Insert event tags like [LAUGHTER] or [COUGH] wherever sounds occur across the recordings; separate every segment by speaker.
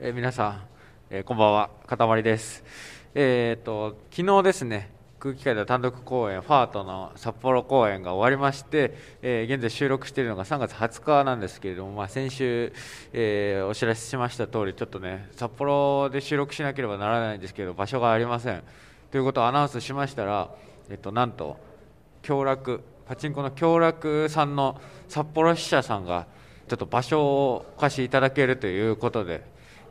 Speaker 1: えー皆さん、えーこんばんは、かたまりです。えーっと、昨日ですね、空気階段単独公演、ファートの札幌公演が終わりまして、えー現在収録しているのが3月20日なんですけれども、まあ、先週、えーお知らせしました通り、ちょっとね、札幌で収録しなければならないんですけど、場所がありません。ということをアナウンスしましたら、えっと、なんと、京楽パチンコの京楽さんの札幌支社さんがちょっと場所をお貸しいただけるということで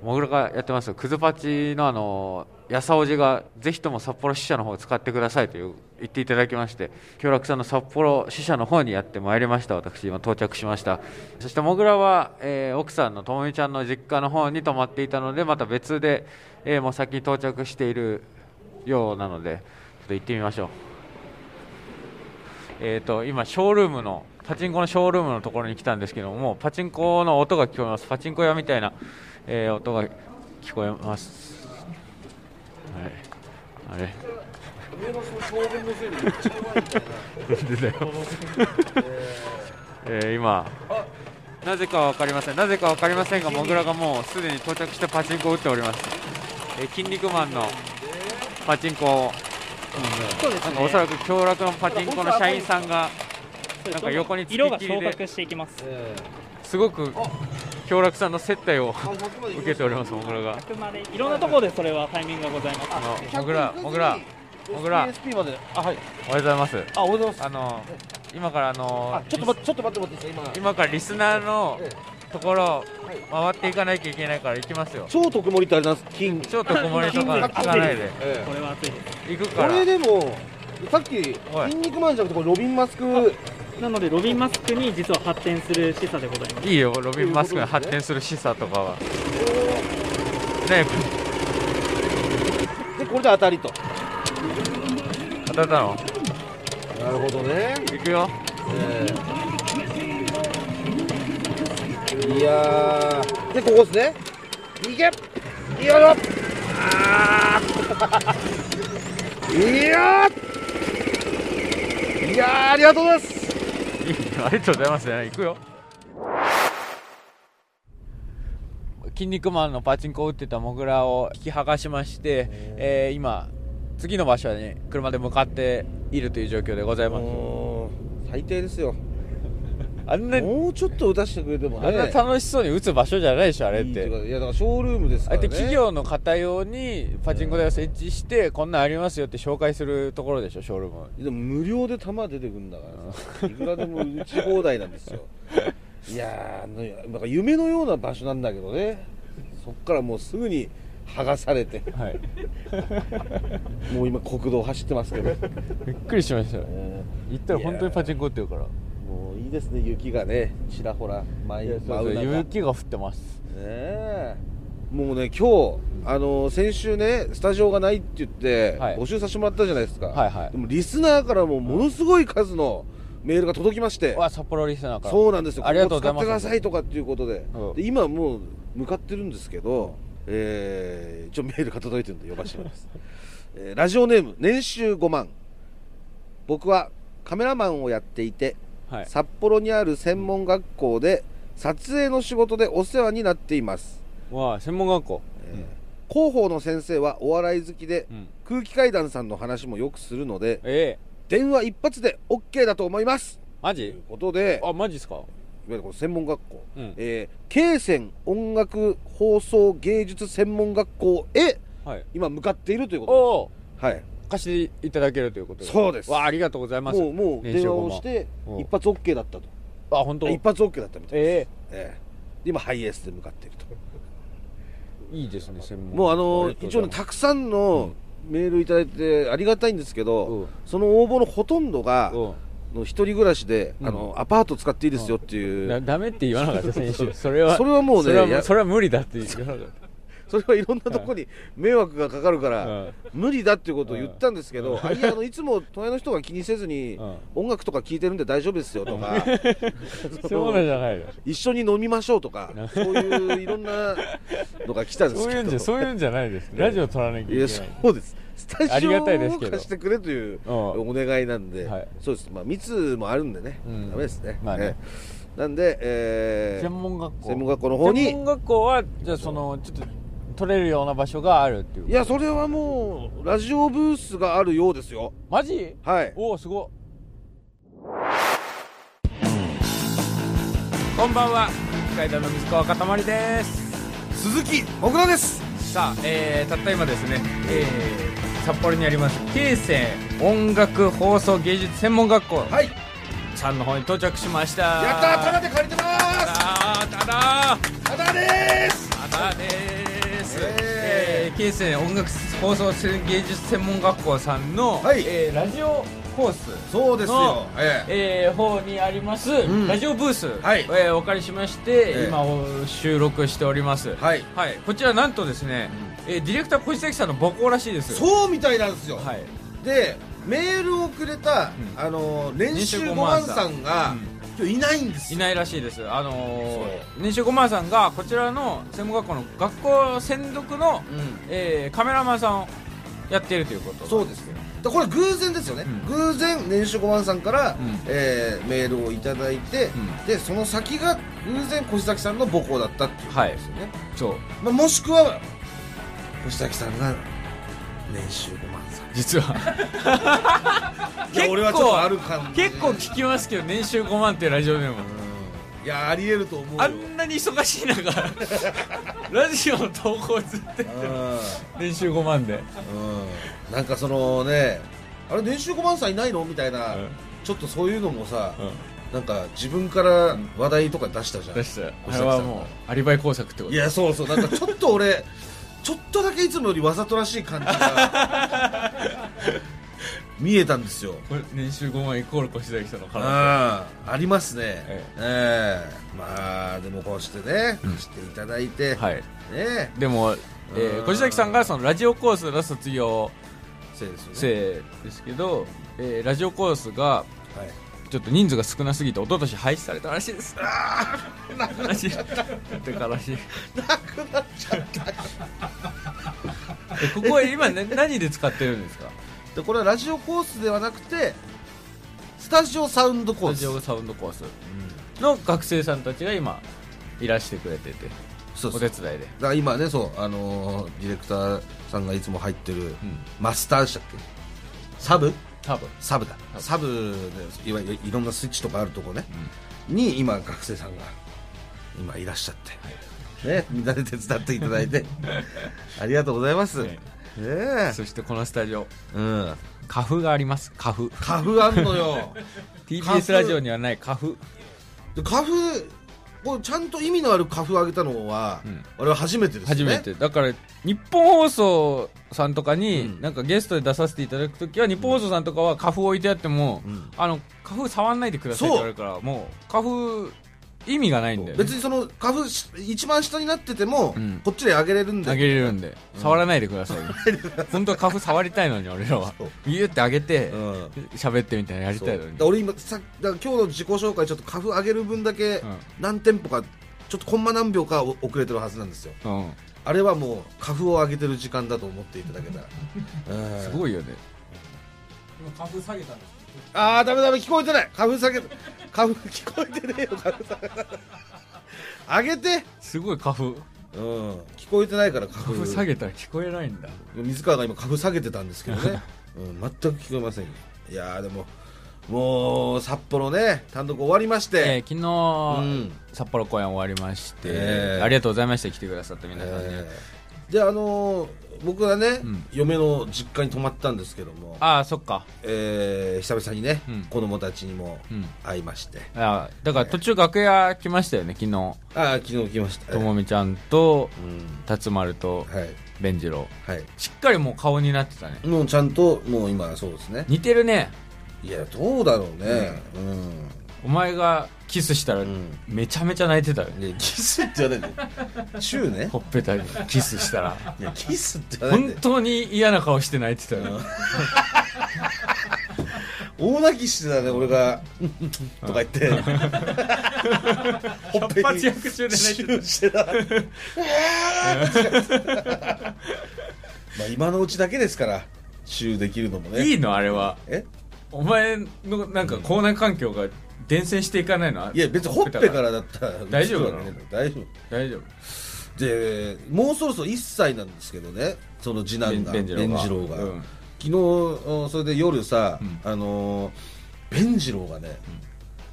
Speaker 1: もぐらがやってますクズパチのあのやさおじがぜひとも札幌支社の方を使ってくださいという言っていただきまして京楽さんの札幌支社の方にやってまいりました私今到着しましたそしてもぐらは、えー奥さんのともみちゃんの実家の方に泊まっていたのでまた別で、えーもう先に到着しているようなのでちょっと行ってみましょうえー、と今、ショールームのパチンコのショールームのところに来たんですけどももうパチンコの音が聞こえますパチンコ屋みたいな、えー音が聞こえます。はい、あれ [LAUGHS] なんでだよえー今なぜかわかりませんなぜかわかりませんがモグラがもうすでに到着してパチンコを打っております、えー、筋肉マンのパチンコを
Speaker 2: そうです
Speaker 1: なん
Speaker 2: ね。
Speaker 1: かおそらく強楽のパチンコの社員さんがなんか横に付きっき
Speaker 2: 色が
Speaker 1: りで
Speaker 2: 昇格していきます。
Speaker 1: すごく強楽さんの接待を [LAUGHS] 受けておりますモグラが
Speaker 2: あくまでいろんなところでそれはタイミングがございます。
Speaker 1: あのモグラモグラモグラ
Speaker 3: SP まで。あ、はい。
Speaker 1: おはようございます
Speaker 3: あ、おはようございます。
Speaker 1: あの今からあの
Speaker 3: あ、ちょっと待って、ちょっと待って、待って、今。
Speaker 1: 今からリスナーのところ回っていかなきゃいけないから行きますよ
Speaker 3: 超特盛りってあれなんです。金。
Speaker 1: ちょっとこもりとか聞かないで
Speaker 3: え
Speaker 2: これは熱いです。
Speaker 1: 行く
Speaker 3: え
Speaker 1: か
Speaker 3: こ
Speaker 1: ら
Speaker 3: れでも、さっき、
Speaker 1: おい
Speaker 3: 筋肉マンじゃなくて、これロビンマスク。
Speaker 2: なのでロビンマスクに実は発展する示唆でございます。
Speaker 1: いいよロビン・マスクが発展する示唆とかはねえ
Speaker 3: で、これで当たりと。
Speaker 1: 当たったの
Speaker 3: なるほどね。
Speaker 1: 行くよ
Speaker 3: ええいやー。で、ここですね。いけ。いいよ。あー [LAUGHS] いやー。いやー、ありがとうございます。
Speaker 1: いい [LAUGHS] ありがとうございますね行くよ筋肉マンのパチンコを打ってたモグラを引き剥がしまして、えー今次の場所に車で向かっているという状況でございます
Speaker 3: もう最低ですよ
Speaker 1: あんな
Speaker 3: もうちょっと打たせてくれてもね
Speaker 1: あんな楽しそうに打つ場所じゃないでしょあれっ
Speaker 3: いい
Speaker 1: て
Speaker 3: いうかいやだからショールームです
Speaker 1: あ
Speaker 3: か
Speaker 1: え
Speaker 3: らね
Speaker 1: て企業の方用にパチンコ台を設置して、こんなんありますよって紹介するところでしょショールーム
Speaker 3: でも無料で球出てくんだからさいくらでも打ち放題なんですよいやーなんか夢のような場所なんだけどねそっからもうすぐに剥がされて
Speaker 1: はい
Speaker 3: もう今国道走ってま
Speaker 1: [LAUGHS]
Speaker 3: すけど、
Speaker 1: びっくりしましたよ
Speaker 3: え
Speaker 1: 行ったら本当にパチンコ打ってるから
Speaker 3: ーもういいですね雪がねちらほら舞い
Speaker 1: いやそう
Speaker 3: 舞
Speaker 1: そう
Speaker 3: 中
Speaker 1: 雪が降ってます
Speaker 3: ねえもうね今日あの先週ねスタジオがないって言って、
Speaker 1: はい
Speaker 3: 募集させてもらったじゃないですか、
Speaker 1: はいはい
Speaker 3: でもリスナーからもものすごい数のメールが届きまして、
Speaker 1: わ札幌リスナーから
Speaker 3: そうなんですよ
Speaker 1: ありがとうござい
Speaker 3: こ
Speaker 1: ま
Speaker 3: こ
Speaker 1: す
Speaker 3: 使ってくださいとかっていうことで,、
Speaker 1: うん
Speaker 3: で今もう向かってるんですけど、えー、一応メールが届いてるんで呼ばせてもらいます、 [LAUGHS] えーラジオネーム年収5万僕はカメラマンをやっていて
Speaker 1: はい
Speaker 3: 札幌にある専門学校で撮影の仕事でお世話になっています、
Speaker 1: わあ専門学校
Speaker 3: えー広報の先生はお笑い好きで、
Speaker 1: うん
Speaker 3: 空気階段さんの話もよくするので
Speaker 1: ええ
Speaker 3: 電話一発で OK だと思います
Speaker 1: マ
Speaker 3: とい
Speaker 1: ジ
Speaker 3: うことでいわ
Speaker 1: あマジっすか
Speaker 3: ゆるこの専門学校、
Speaker 1: うん
Speaker 3: えー慶仙音楽放送芸術専門学校へ
Speaker 1: はい
Speaker 3: 今向かっているという
Speaker 1: おお
Speaker 3: ことですはい
Speaker 1: 貸していただけるということ
Speaker 3: そうです
Speaker 1: わあありがとうございます
Speaker 3: もうもう
Speaker 1: 練
Speaker 3: 電
Speaker 1: 習
Speaker 3: 話
Speaker 1: 後
Speaker 3: を
Speaker 1: も
Speaker 3: して
Speaker 1: うん
Speaker 3: 一発 OK だったと
Speaker 1: あ本当
Speaker 3: 一発 OK だったみたいで
Speaker 1: え
Speaker 3: す、えーで今ハイエースで向かっていると
Speaker 1: えいいですね専門
Speaker 3: もうあの
Speaker 1: りがと
Speaker 3: 一応
Speaker 1: ご
Speaker 3: ね
Speaker 1: ざいます
Speaker 3: たくさんのメールいただいてありがたいんですけど、
Speaker 1: うん
Speaker 3: その応募のほとんどが、
Speaker 1: うん
Speaker 3: の一人暮らしで、
Speaker 1: うん
Speaker 3: あのアパート使っていいですよっていう、
Speaker 1: だダメって言わなかった選
Speaker 3: [LAUGHS]
Speaker 1: 手それは
Speaker 3: それはもうね
Speaker 1: それは
Speaker 3: や
Speaker 1: それは無理だって言わなかっ
Speaker 3: [LAUGHS] それはいろんなとこに迷惑がかかるから、
Speaker 1: うん
Speaker 3: 無理だっていうことを言ったんですけど、あいやあのいつも隣の人が気にせずに、
Speaker 1: うん
Speaker 3: 音楽とか聴いてるんで大丈夫ですよと [LAUGHS] か、
Speaker 1: たそうなんじゃないの
Speaker 3: 一緒に飲みましょうとか、そういういろんなのが来たんです
Speaker 1: そうい
Speaker 3: け
Speaker 1: うん
Speaker 3: ど
Speaker 1: じゃそういうんじゃないですラジオ取らなきゃいけ
Speaker 3: い
Speaker 1: な
Speaker 3: や
Speaker 1: い
Speaker 3: そうですスタ
Speaker 1: あ
Speaker 3: ジ
Speaker 1: り
Speaker 3: オ
Speaker 1: が
Speaker 3: を
Speaker 1: たいですけど
Speaker 3: 貸してくれという
Speaker 1: うん
Speaker 3: お願いなんで、
Speaker 1: はい
Speaker 3: そうです、まあ、密もあるんでね、
Speaker 1: うん
Speaker 3: ダメですね,、
Speaker 1: まあね
Speaker 3: ええなんで、えー
Speaker 1: 専門学校
Speaker 3: 専門学校の方に
Speaker 1: 専門学校はじゃあそのちょっと取れるような場所があるっていう
Speaker 3: いやそれはもうラジオブースがあるようですよ
Speaker 1: マジ
Speaker 3: はい
Speaker 1: おおすご
Speaker 4: こんばんは北海道の水川かたまりです
Speaker 3: 鈴木もぐらです
Speaker 4: さあ、えーたった今ですね、えー札幌にあります京成音楽放送芸術専門学校
Speaker 3: はいや
Speaker 4: さんの方に到着しました
Speaker 3: ったータダで借りてます
Speaker 4: あーただ
Speaker 3: タダです
Speaker 4: ただです、
Speaker 3: え
Speaker 4: えー京成音楽放送芸術専門学校さんの、
Speaker 3: はい
Speaker 4: えーラジオコース
Speaker 3: そうですよ
Speaker 4: の、
Speaker 3: ええ
Speaker 4: えー方にあります、
Speaker 3: ん
Speaker 4: ラジオブース、
Speaker 3: はい
Speaker 4: えーお借りしまして、
Speaker 3: ええ
Speaker 4: 今お収録しております、
Speaker 3: はい
Speaker 4: はい、こちらなんとですね、えーディレクター小石崎さんの母校らしいです
Speaker 3: そうみたいなんですよ、
Speaker 4: はい、
Speaker 3: でメールをくれた、
Speaker 4: うん
Speaker 3: あのー練習ごまんさんが
Speaker 4: うん
Speaker 3: 今日いないんです
Speaker 4: い
Speaker 3: よ
Speaker 4: ないらしいですあの
Speaker 3: そ
Speaker 4: ー、年収5万さんがこちらの専門学校の学校専属の、
Speaker 3: うん
Speaker 4: えーカメラマンさんをやっているということ
Speaker 3: そうですよだからこれ偶然ですよね、
Speaker 4: うん
Speaker 3: 偶然練習ごまんさんから、
Speaker 4: うん
Speaker 3: えーメールをいただいて、
Speaker 4: ん
Speaker 3: でその先が偶然越崎さんの母校だったっていうことですよね、
Speaker 4: そう
Speaker 3: まあ、もしくは越崎さんが練習ごまんさん
Speaker 4: 実は
Speaker 3: いや俺はちょっとある感じ
Speaker 4: 結構聞きますけど年収5万っていうラジオネーム
Speaker 3: いやありえると思うよ
Speaker 4: あんなに忙しい中 [LAUGHS] ラジオの投稿ずっと年収5万で
Speaker 3: うんなんかそのねあれ練習5万さんいないのみたいな、
Speaker 4: うん
Speaker 3: ちょっとそういうのもさ、
Speaker 4: うん
Speaker 3: なんか自分から話題とか出したじゃん、
Speaker 4: 出した
Speaker 3: 小崎
Speaker 4: あれ
Speaker 3: さん
Speaker 4: はもうアリバイ工作ってこ
Speaker 3: い
Speaker 4: と
Speaker 3: やそうそうなんかちょっと俺 [LAUGHS] ちょっとだけいつもよりわざとらしい感じが [LAUGHS] 見えたんですよ
Speaker 4: これ年収5万イコール越崎さんの可能性
Speaker 3: あありますね、
Speaker 4: え
Speaker 3: ええまあでもこうしてね貸していただいて、ね
Speaker 4: はい
Speaker 3: え
Speaker 4: でも、えー、
Speaker 3: うん
Speaker 4: 小崎さんがそのラジオコースの卒業
Speaker 3: せいですよね
Speaker 4: 生ですけど、えーラジオコースが
Speaker 3: はい [LAUGHS]
Speaker 4: ちょっと人数が少なすぎて一昨年廃止されたらしいです [LAUGHS] ああ悲しいって悲しいなくなっちゃったえここは今、ね、何で使ってるんですか
Speaker 3: でこれはラジオコースではなくてスタジオサウンドコー
Speaker 4: ラ
Speaker 3: ス
Speaker 4: ジオサウンドコースの学生さんたちが今いらしてくれてて
Speaker 3: そうそう
Speaker 4: お手
Speaker 3: だか
Speaker 4: 伝いで、
Speaker 3: ら今ねそうあのーディレクターさんがいつも入ってる
Speaker 4: うん、
Speaker 3: マスターでしたっけサブ
Speaker 4: 多分
Speaker 3: サブだ
Speaker 4: ブ
Speaker 3: サブでいわゆるいろんなスイッチとかあるとこね、に今学生さんが今いらっしゃって、ねみんなで手伝っていただい
Speaker 4: [LAUGHS]
Speaker 3: てありがとうございます、
Speaker 4: ね
Speaker 3: ねえ
Speaker 4: そしてこのスタジオ
Speaker 3: うん
Speaker 4: 花粉があります花粉
Speaker 3: 花粉あんのよ花
Speaker 4: TBS
Speaker 3: 粉
Speaker 4: ラジオにはない花粉
Speaker 3: で花粉こうちゃんと意味のある花粉をあげたのは、
Speaker 4: うん
Speaker 3: 俺は初めてですね
Speaker 4: 初めてだから日本放送さんとか
Speaker 3: う
Speaker 4: に
Speaker 3: ん
Speaker 4: なんかゲストで出させていただくときは日本放送さんとかは花粉置いてあっても、
Speaker 3: うん
Speaker 4: あの花粉触んないでくださいって言われるからもう花粉意味がないんだよ、ね
Speaker 3: 別、にその花粉し一番下になってても、
Speaker 4: うん
Speaker 3: こっちであげれるんで
Speaker 4: あげれるんで、触らないでください本当は花粉触りたいのに俺らは
Speaker 3: そう
Speaker 4: ビューってあげて
Speaker 3: うん
Speaker 4: 喋、ってみたいなのやり
Speaker 3: そ
Speaker 4: た
Speaker 3: う
Speaker 4: いのに
Speaker 3: だ俺今さだから今日の自己紹介ちょっと花粉上げる分だけ
Speaker 4: うん
Speaker 3: 何店舗かちょっとコンマ何秒かお遅れてるはずなんですよ
Speaker 4: うん、
Speaker 3: あれはもう花粉を上げてる時間だと思っていただけたら
Speaker 4: す
Speaker 3: い
Speaker 4: ごいよね花粉下げたんです
Speaker 3: ああダメダメ聞こえてない花粉下げ花粉聞こえてねえよ花粉下げ上げて
Speaker 4: すごい花粉
Speaker 3: うん聞こえてないから花
Speaker 4: 花
Speaker 3: 粉
Speaker 4: 粉下げたら聞こえないんだ
Speaker 3: 水川が今株下げてたんですけど [LAUGHS] ね、うん、全く聞こえませんよいやーでももう札幌ね単独終わりまし
Speaker 4: えー
Speaker 3: て、
Speaker 4: 昨日、
Speaker 3: うん
Speaker 4: 札幌公演終わりまして、
Speaker 3: えー
Speaker 4: ありがとうございました来てくださった
Speaker 3: え
Speaker 4: 皆さんに、
Speaker 3: ーであのー僕はね、
Speaker 4: うん
Speaker 3: 嫁の実家に泊まったんですけども、
Speaker 4: ああそっか
Speaker 3: えー久々にね、
Speaker 4: うん
Speaker 3: 子供たちにも
Speaker 4: うん
Speaker 3: 会いまして、
Speaker 4: あーだから途中楽屋来ましたよね昨日
Speaker 3: ああ昨日来ました
Speaker 4: ともみちゃんと
Speaker 3: うん
Speaker 4: 辰丸と
Speaker 3: はい
Speaker 4: 弁次郎
Speaker 3: はい
Speaker 4: しっかりもう顔になってたね
Speaker 3: もうちゃんともう今そうですね
Speaker 4: 似てるね
Speaker 3: いやどうだろうねうん、
Speaker 4: お前がキスしたら
Speaker 3: ん
Speaker 4: めちゃめちゃ泣いてたよね、
Speaker 3: でキスって言わないでチューね
Speaker 4: ほっぺたにキスしたら
Speaker 3: いやキスって言わない
Speaker 4: 本
Speaker 3: で
Speaker 4: 当に嫌な顔して泣いてたよ、ね、
Speaker 3: 大泣きしてたね俺が「うんうんうんとか言ってほっぺに
Speaker 4: 発躍中で泣い
Speaker 3: チ
Speaker 4: て
Speaker 3: ューしてたうわ [LAUGHS] ーまあ今のうちだけですからチューできるのも
Speaker 4: た
Speaker 3: ね
Speaker 4: いいのあれは
Speaker 3: え
Speaker 4: お前のなんか口内環境が伝染していかないの
Speaker 3: いや別にほっぺからだったら
Speaker 4: 大丈夫なの
Speaker 3: 大丈夫
Speaker 4: 大丈夫
Speaker 3: でもうそろそろ1歳なんですけどねその次男が
Speaker 4: べんべんじろうが
Speaker 3: べんじろう
Speaker 4: うん
Speaker 3: 昨日うんそれで夜さ、あのーベンジローがね、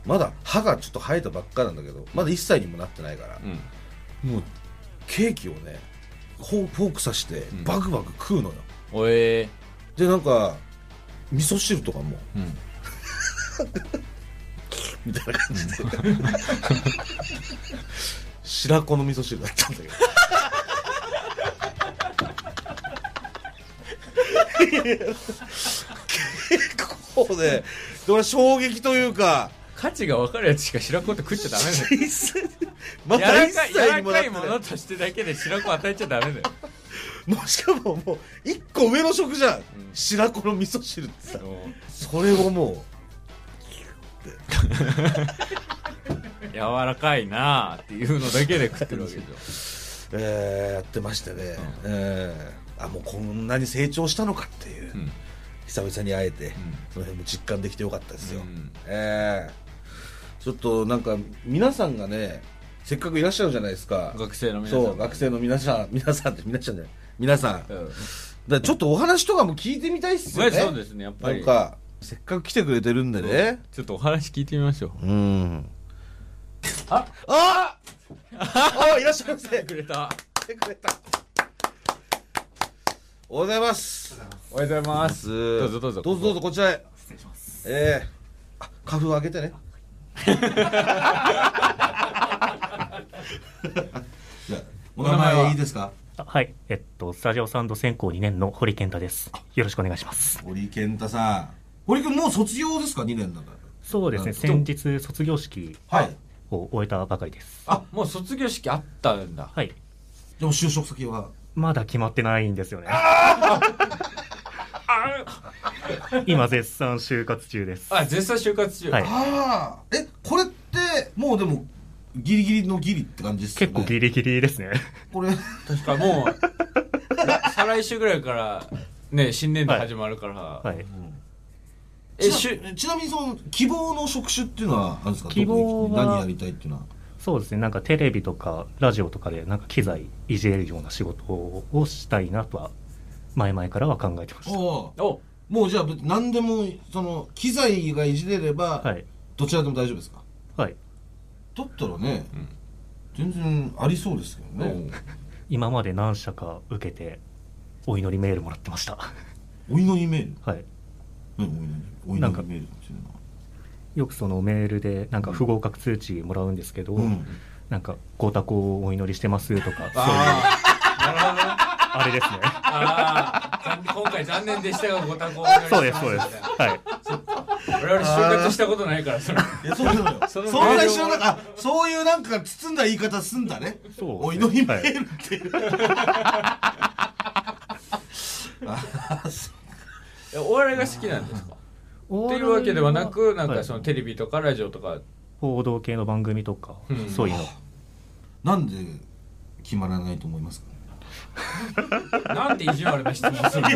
Speaker 3: まだ歯がちょっと生えたばっかなんだけどまだ1歳にもなってないから、
Speaker 4: うん
Speaker 3: もうケーキをねフォーフォーク刺して
Speaker 4: ん
Speaker 3: バクバク食うのよ、
Speaker 4: おえ
Speaker 3: でなんか味噌汁とかも
Speaker 4: ーうん
Speaker 3: みたいな感じで白子の味噌汁だったんだけど結構ねで俺衝撃というか
Speaker 4: 価値が分かるやつしか白子って食っちゃダメだよ
Speaker 3: 一切 [LAUGHS] ま
Speaker 4: 柔
Speaker 3: た
Speaker 4: ら
Speaker 3: 一
Speaker 4: かい
Speaker 3: 切
Speaker 4: 柔ら
Speaker 3: にもなっ
Speaker 4: か
Speaker 3: て
Speaker 4: い
Speaker 3: な
Speaker 4: も
Speaker 3: い
Speaker 4: のとしてだけで白子与えちゃダメだよ
Speaker 3: もうしかももう一個上の食じゃん、白子の味噌汁ってさそれをも
Speaker 4: 柔らかいなあっていうのだけで食ってる
Speaker 3: [LAUGHS]
Speaker 4: わけでし
Speaker 3: う、えーやってましてね、えーあもうこんなに成長したのかっていう、
Speaker 4: ょ、うん
Speaker 3: 久々に会えて、その辺も実感できてよかったですよ、
Speaker 4: うん
Speaker 3: ええちょっとなんか皆さんがねせっかくいらっしゃるじゃないですか
Speaker 4: 学生の皆さん
Speaker 3: そう学生の皆さん [LAUGHS] 皆さんって皆さんじゃない皆さん、
Speaker 4: う
Speaker 3: だか
Speaker 4: ん
Speaker 3: らちょっとお話とかも聞いてみたいっすよね
Speaker 4: ねそうですねやっぱ
Speaker 3: なん
Speaker 4: り
Speaker 3: かせっかく来てくれてるんでね
Speaker 4: ちょっとお話聞いてみましょう
Speaker 3: うん
Speaker 4: あ
Speaker 3: あああいらっしゃいませ来
Speaker 4: くれた
Speaker 3: てくれたおはようございます
Speaker 4: おはようございま
Speaker 3: ど
Speaker 4: どうぞどうぞ
Speaker 3: どうぞどうぞこちらへ失礼しますええあ花粉をあげてね [LAUGHS] じゃあお名
Speaker 4: お名前
Speaker 3: 前
Speaker 4: はい
Speaker 3: いですか
Speaker 2: あはい、えっと、スタジオサウンド専攻2年の堀健太です。よろしくお願いします。
Speaker 3: 堀健太さん堀君もう卒業ですか2年だか
Speaker 2: そうですね、先日卒業式
Speaker 3: らはい
Speaker 2: を終えたばかりです。
Speaker 4: あもう卒業式あったんだ
Speaker 2: はい、
Speaker 3: でも就職先は
Speaker 2: まだ決まってないんです [LAUGHS] よね。今絶賛就活中です。
Speaker 4: あ絶賛就活中、
Speaker 2: はい
Speaker 3: ああえこれってもうでもギリギリのギリって感じですよ
Speaker 2: 結
Speaker 3: ね
Speaker 2: 構ギリギリですね。
Speaker 3: これ
Speaker 4: 確かもうら再来週ぐらいからね新年度始まるから、
Speaker 2: はい。
Speaker 4: え
Speaker 3: ち
Speaker 4: し
Speaker 3: なちなみにその希望の職種っていうのはあるんですか
Speaker 2: 希望は
Speaker 3: 何やりたいっていうのは
Speaker 2: そうですね、なんかテレビとかラジオとかでなんか機材いじれるような仕事をしたいなとは前々からは考えてました。
Speaker 3: お
Speaker 4: お
Speaker 3: もうじゃあ別に何でもその機材がいじれれば、
Speaker 2: はい、
Speaker 3: どちらでも大丈夫ですか
Speaker 2: はい、
Speaker 3: だったらね、全然ありそうですけどね、
Speaker 2: 今まで何社か受けてお祈りメールもらってました。
Speaker 3: お祈りメール
Speaker 2: はい、
Speaker 3: 何お祈りお祈りメールっていうのは
Speaker 2: よくそのメールでなんか不合格通知もらうんですけど、
Speaker 3: うん
Speaker 2: なんかご多幸をお祈りしてますとか、そういう
Speaker 4: あーなるほどね
Speaker 2: あれですね。
Speaker 4: あー
Speaker 3: [LAUGHS]
Speaker 4: 残今回残念でしたがご多幸を [LAUGHS]
Speaker 2: そうです、そうです。はい。
Speaker 4: 我々就活したことないからそれ
Speaker 3: いやそうなの [LAUGHS] よそ
Speaker 4: その
Speaker 3: んな知らなかったそういうなんか包んだ言い方すんだね
Speaker 2: そう
Speaker 3: お祈りメールっていう、あーそう
Speaker 4: えお笑いが好きなんですかっていうわけではなくなんかそのテレビとかラジオとか
Speaker 2: 報道系の番組とか、
Speaker 4: うん
Speaker 2: そういうの。
Speaker 3: なんで決まらないと思いますか
Speaker 4: なんて意地悪な質問するの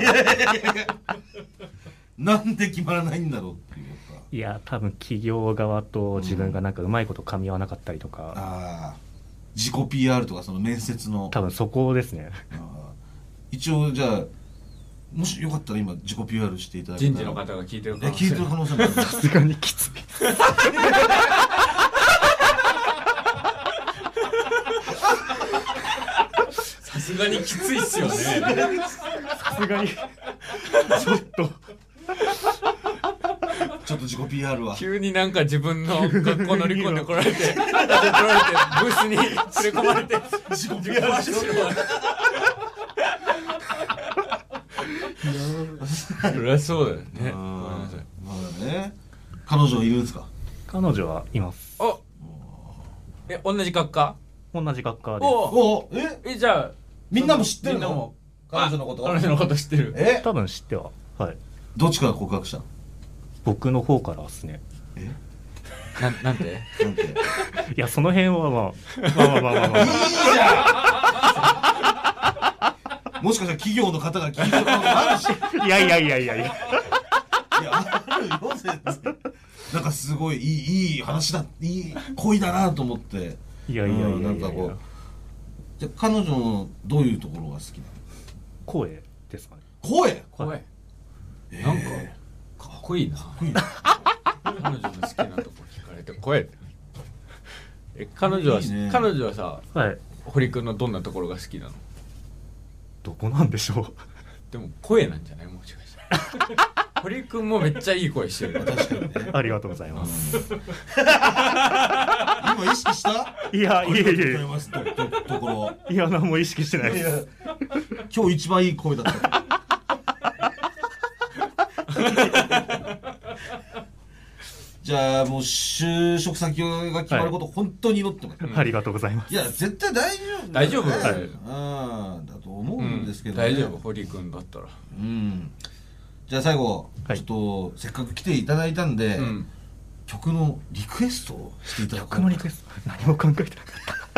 Speaker 3: なんで決まらないんだろうっていうか
Speaker 2: いや、多分企業側と自分がなんかうまいこと噛み合わなかったりとか、
Speaker 3: ああ自己 PR とかその面接の
Speaker 2: 多分そこですね。
Speaker 3: あー一応じゃあもしよかったら今自己 PR していただけたら
Speaker 4: 人事の方が聞いてる
Speaker 3: え
Speaker 4: から
Speaker 3: 聞いてる可能性もあります [LAUGHS]
Speaker 2: さすがにきつい。
Speaker 4: さすがにきついっすよね
Speaker 2: さすがに。ちょっと。
Speaker 3: ちょっと自己 PR は
Speaker 4: 急になんか自分の学校乗り込んでこられて乗り込んでこられてブースに連れ込まれて
Speaker 3: [LAUGHS] 自己 PR しろ
Speaker 4: そりゃそうだよねごめん
Speaker 3: ま
Speaker 4: なさい
Speaker 3: だね彼女いるんですか
Speaker 2: 彼女はいます。
Speaker 4: あえ同じ学科
Speaker 2: 同じ学科で。
Speaker 4: おお
Speaker 3: おえ
Speaker 4: えじゃあ
Speaker 3: みんなも知ってる
Speaker 4: みんなも
Speaker 3: の彼女のこと
Speaker 4: あ彼女のこと知ってる
Speaker 3: え
Speaker 2: 多分知っては。はい。
Speaker 3: どっちから告白したの
Speaker 2: 僕の方からですね。
Speaker 3: え
Speaker 4: ななんで
Speaker 3: なんていい
Speaker 2: いや、その辺はまあ、まあまあまあまあ、まあ、
Speaker 3: じゃんもしかしたら企業の方が聞いてる可能性もあるし
Speaker 2: いやいやいやいやいや。
Speaker 3: いや、あるよ、全然。なんかすごいいいいい話だいい恋だなと思って
Speaker 2: いやいやいやいやいや
Speaker 3: うんなんかこう
Speaker 5: で彼女のどういうところが好きなの
Speaker 2: 声ですかね
Speaker 5: 声
Speaker 4: 怖。
Speaker 2: はい
Speaker 4: なんか、かっこいいな。
Speaker 3: [LAUGHS]
Speaker 4: 彼女の好きなとこ聞かれて、声。え、彼女は、
Speaker 5: いいね
Speaker 4: 彼女はさ、
Speaker 2: はい
Speaker 4: 堀くんのどんなところが好きなの
Speaker 2: どこなんでしょ
Speaker 4: でも声なんじゃないもしかした
Speaker 3: [LAUGHS]
Speaker 4: ら。堀くんもめっちゃいい声してる。
Speaker 5: 確かにね
Speaker 2: うありがとうございます
Speaker 5: 今意識した
Speaker 2: いや
Speaker 5: あ
Speaker 2: いえ
Speaker 5: り
Speaker 2: い
Speaker 5: がとうござい
Speaker 2: え
Speaker 5: ますととところ
Speaker 2: いや何も意識してない
Speaker 5: い
Speaker 2: で
Speaker 5: や
Speaker 2: す
Speaker 5: 今日一番いい声だった。 [LAUGHS] じゃあもう就職先が決まることを本当に祈ってます。
Speaker 4: ん
Speaker 2: ありがとうございます
Speaker 5: い、や絶対大丈夫だ
Speaker 4: 大
Speaker 5: よ
Speaker 4: 丈夫
Speaker 5: ね、
Speaker 4: はい
Speaker 5: うんだと思うんですけど、ね
Speaker 4: 大丈夫、堀くんだったら。
Speaker 5: うんじゃあ最後、
Speaker 2: はい
Speaker 5: ちょっとせっかく来ていただいたんで、
Speaker 4: うん。
Speaker 5: 曲のリクエストをしていただこう
Speaker 2: 僕もリクエスト何も考えてなか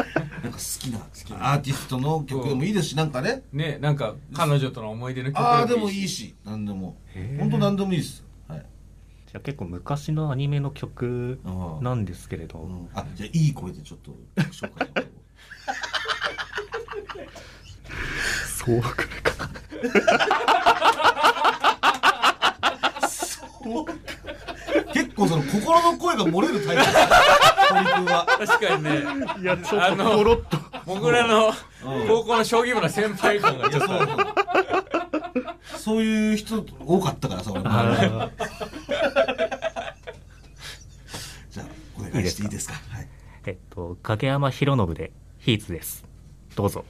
Speaker 2: っ
Speaker 5: なんか好きなアーティストの曲でもいいですしなんかね
Speaker 4: ね、なんか、彼女との思い出の曲
Speaker 5: ああでもいい。し何でも
Speaker 2: へー
Speaker 5: 本当何でもいいです、はい、
Speaker 2: たじゃあ結構昔のアニメの曲
Speaker 5: ああ
Speaker 2: なんですけれど、
Speaker 5: うんあじゃあいい声でちょっと紹介を
Speaker 2: そうくるか
Speaker 5: 結構その心の声が漏れるタイプです鳥くんは
Speaker 4: 確か
Speaker 3: [LAUGHS]
Speaker 4: にね、
Speaker 2: いやち
Speaker 4: ょっとポ
Speaker 2: ロっと
Speaker 4: 僕らの
Speaker 5: うん
Speaker 4: 高校の将棋部の先輩感が
Speaker 5: い
Speaker 4: ちょ
Speaker 5: や
Speaker 4: っと
Speaker 5: そうそうそういう人多かったからさ俺も
Speaker 2: あー
Speaker 5: じゃあお願いしていいですかはい
Speaker 2: えっと影山博信でヒーツですどうぞ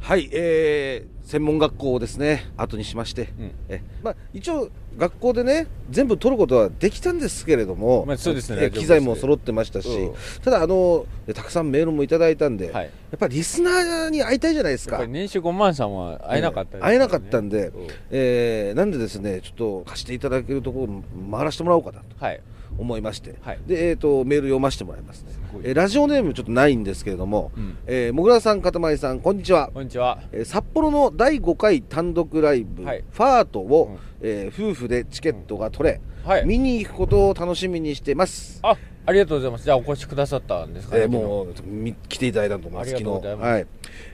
Speaker 3: はい、えー専門学校をですね後にしまして、
Speaker 1: うん
Speaker 3: えまあ、一応学校でね全部取ることはできたんですけれども、
Speaker 1: まあそうですね
Speaker 3: え
Speaker 1: 大丈夫です
Speaker 3: 機材も揃ってましたし、
Speaker 1: うん
Speaker 3: ただあのえたくさんメールもいただいたんで、
Speaker 1: はい
Speaker 3: やっぱりリスナーに会いたいじゃないです
Speaker 1: やっぱ
Speaker 3: か
Speaker 1: り年収5万さんは会えなかったですらね
Speaker 3: 会えなかったんで
Speaker 1: うん
Speaker 3: えーなんでですねちょっと貸していただけるところを回らせてもらおうかなと
Speaker 1: はい
Speaker 3: 思いまして、
Speaker 1: はい
Speaker 3: で、えー、とメール読ませてもらいますね
Speaker 1: ごい
Speaker 3: えーラジオネームちょっとないんですけれども、
Speaker 1: うん
Speaker 3: えーもぐらさんかたまりさんこんにちは
Speaker 1: こんにちは
Speaker 3: えー札幌の第5回単独ライブ、
Speaker 1: はい
Speaker 3: ファート
Speaker 1: う
Speaker 3: を、
Speaker 1: ん
Speaker 3: えー夫婦でチケットが取れ、
Speaker 1: はい
Speaker 3: 見に行くことを楽しみにしてます、
Speaker 1: あありがとうございますじゃあお越しくださったんですかね
Speaker 3: えーもうみ来ていただいたと思います
Speaker 1: ありがとうございます
Speaker 3: 昨日はい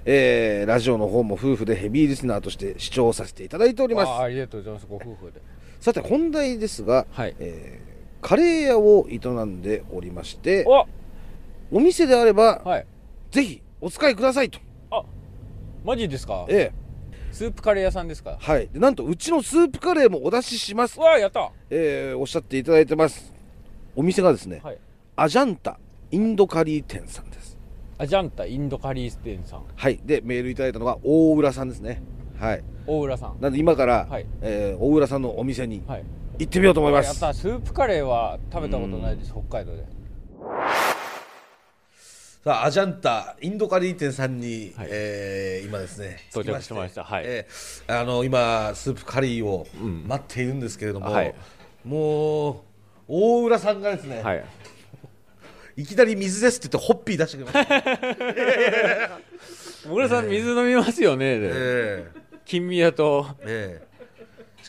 Speaker 3: えーラジオの方も夫婦でヘビーリスナーとして視聴させていただいており
Speaker 1: 昨日あ
Speaker 3: ま
Speaker 1: ありがとうございますご夫婦です
Speaker 3: さて本題ですが、
Speaker 1: はい
Speaker 3: えーカレー屋を営んでおりまして
Speaker 1: お
Speaker 3: お店であれば、
Speaker 1: はい
Speaker 3: ぜひお使いくださいと、
Speaker 1: あマジですか
Speaker 3: え
Speaker 1: スープカレー屋さんですか
Speaker 3: ーはい、でなんとうちのスープカレーもお出しします
Speaker 1: う、わやった
Speaker 3: えーおっしゃっていただいてますお店がですね、
Speaker 1: はい
Speaker 3: アジャンタインドカリー店さんです
Speaker 1: アジャンタインドカリース店さん
Speaker 3: はいでメールいただいたのが大浦さんですねはい
Speaker 1: 大浦さん
Speaker 3: なんで今から、
Speaker 1: はい
Speaker 3: えー大浦さんのお店に
Speaker 1: はい
Speaker 3: 行ってみようと思いま
Speaker 1: やっ
Speaker 3: す、
Speaker 1: たスープカレーは食べたことないです北海道で
Speaker 5: さあアジャンタインドカリー店さんに、
Speaker 1: はい
Speaker 5: えー今ですね
Speaker 1: 到着しました
Speaker 5: 着
Speaker 1: はい
Speaker 5: えーあの今スープカリーを
Speaker 1: ん
Speaker 5: 待っているんですけれども、
Speaker 1: はい
Speaker 5: もう大浦さんがですね、
Speaker 1: はい
Speaker 5: い、きなり水ですって言ってホッピー出してくれました、
Speaker 1: 小倉さん水飲みますよね
Speaker 5: え
Speaker 1: で
Speaker 5: ー
Speaker 1: 金宮と
Speaker 5: ええ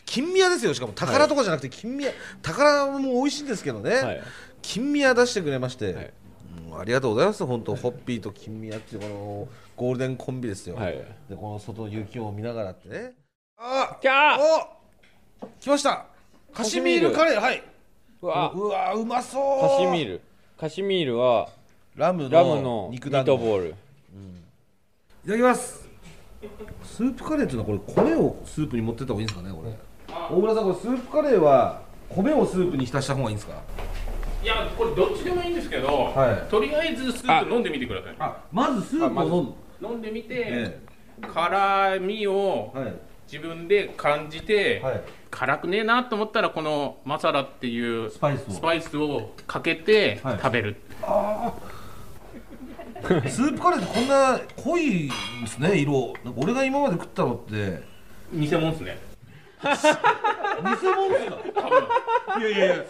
Speaker 5: 金宮ですよしかも宝とかじゃなくて金宮、宝も美味しいんですけどね、
Speaker 1: はい
Speaker 5: 金宮出してくれまして、
Speaker 1: い
Speaker 5: うんありがとうございます本当、ホッピーと金宮っていうこのゴールデンコンビですよ、
Speaker 1: はい
Speaker 5: でこの外雪を見ながらってねあ
Speaker 1: キャー
Speaker 5: お来ましたカシミ
Speaker 1: カシミ
Speaker 5: ー
Speaker 1: ー
Speaker 5: ル
Speaker 1: ル
Speaker 5: カレーはいう
Speaker 1: わ
Speaker 5: うわうまそう
Speaker 1: カシミールカシミールは
Speaker 5: ラムの
Speaker 1: ラムのミ
Speaker 5: 肉
Speaker 1: ー
Speaker 5: 団
Speaker 1: ト
Speaker 5: 子
Speaker 1: ボール
Speaker 5: いただきますスープカレーっていうのはこれ米をスープに持ってった方がいいんですかねこれ大村さんこれスープカレーは米をスープに浸した方がいいんですか
Speaker 6: いやこれどっちでもいいんですけど、
Speaker 5: はい
Speaker 6: とりあえずスープ飲んでみてください
Speaker 5: あまずスープを飲む、
Speaker 6: 飲んでみて、
Speaker 5: え
Speaker 6: 辛みを
Speaker 5: えはい
Speaker 6: 自分で感じて、
Speaker 5: はい
Speaker 6: 辛くねえなと思ったらこのマサラっていうス
Speaker 5: パイスを
Speaker 6: パイスをかけて
Speaker 5: はい
Speaker 6: 食べる、
Speaker 5: スープ [LAUGHS] カレーってこんな濃いんですね色なんか俺が今まで食ったのって偽
Speaker 6: 偽物ですね
Speaker 5: 物っすかいやいやいや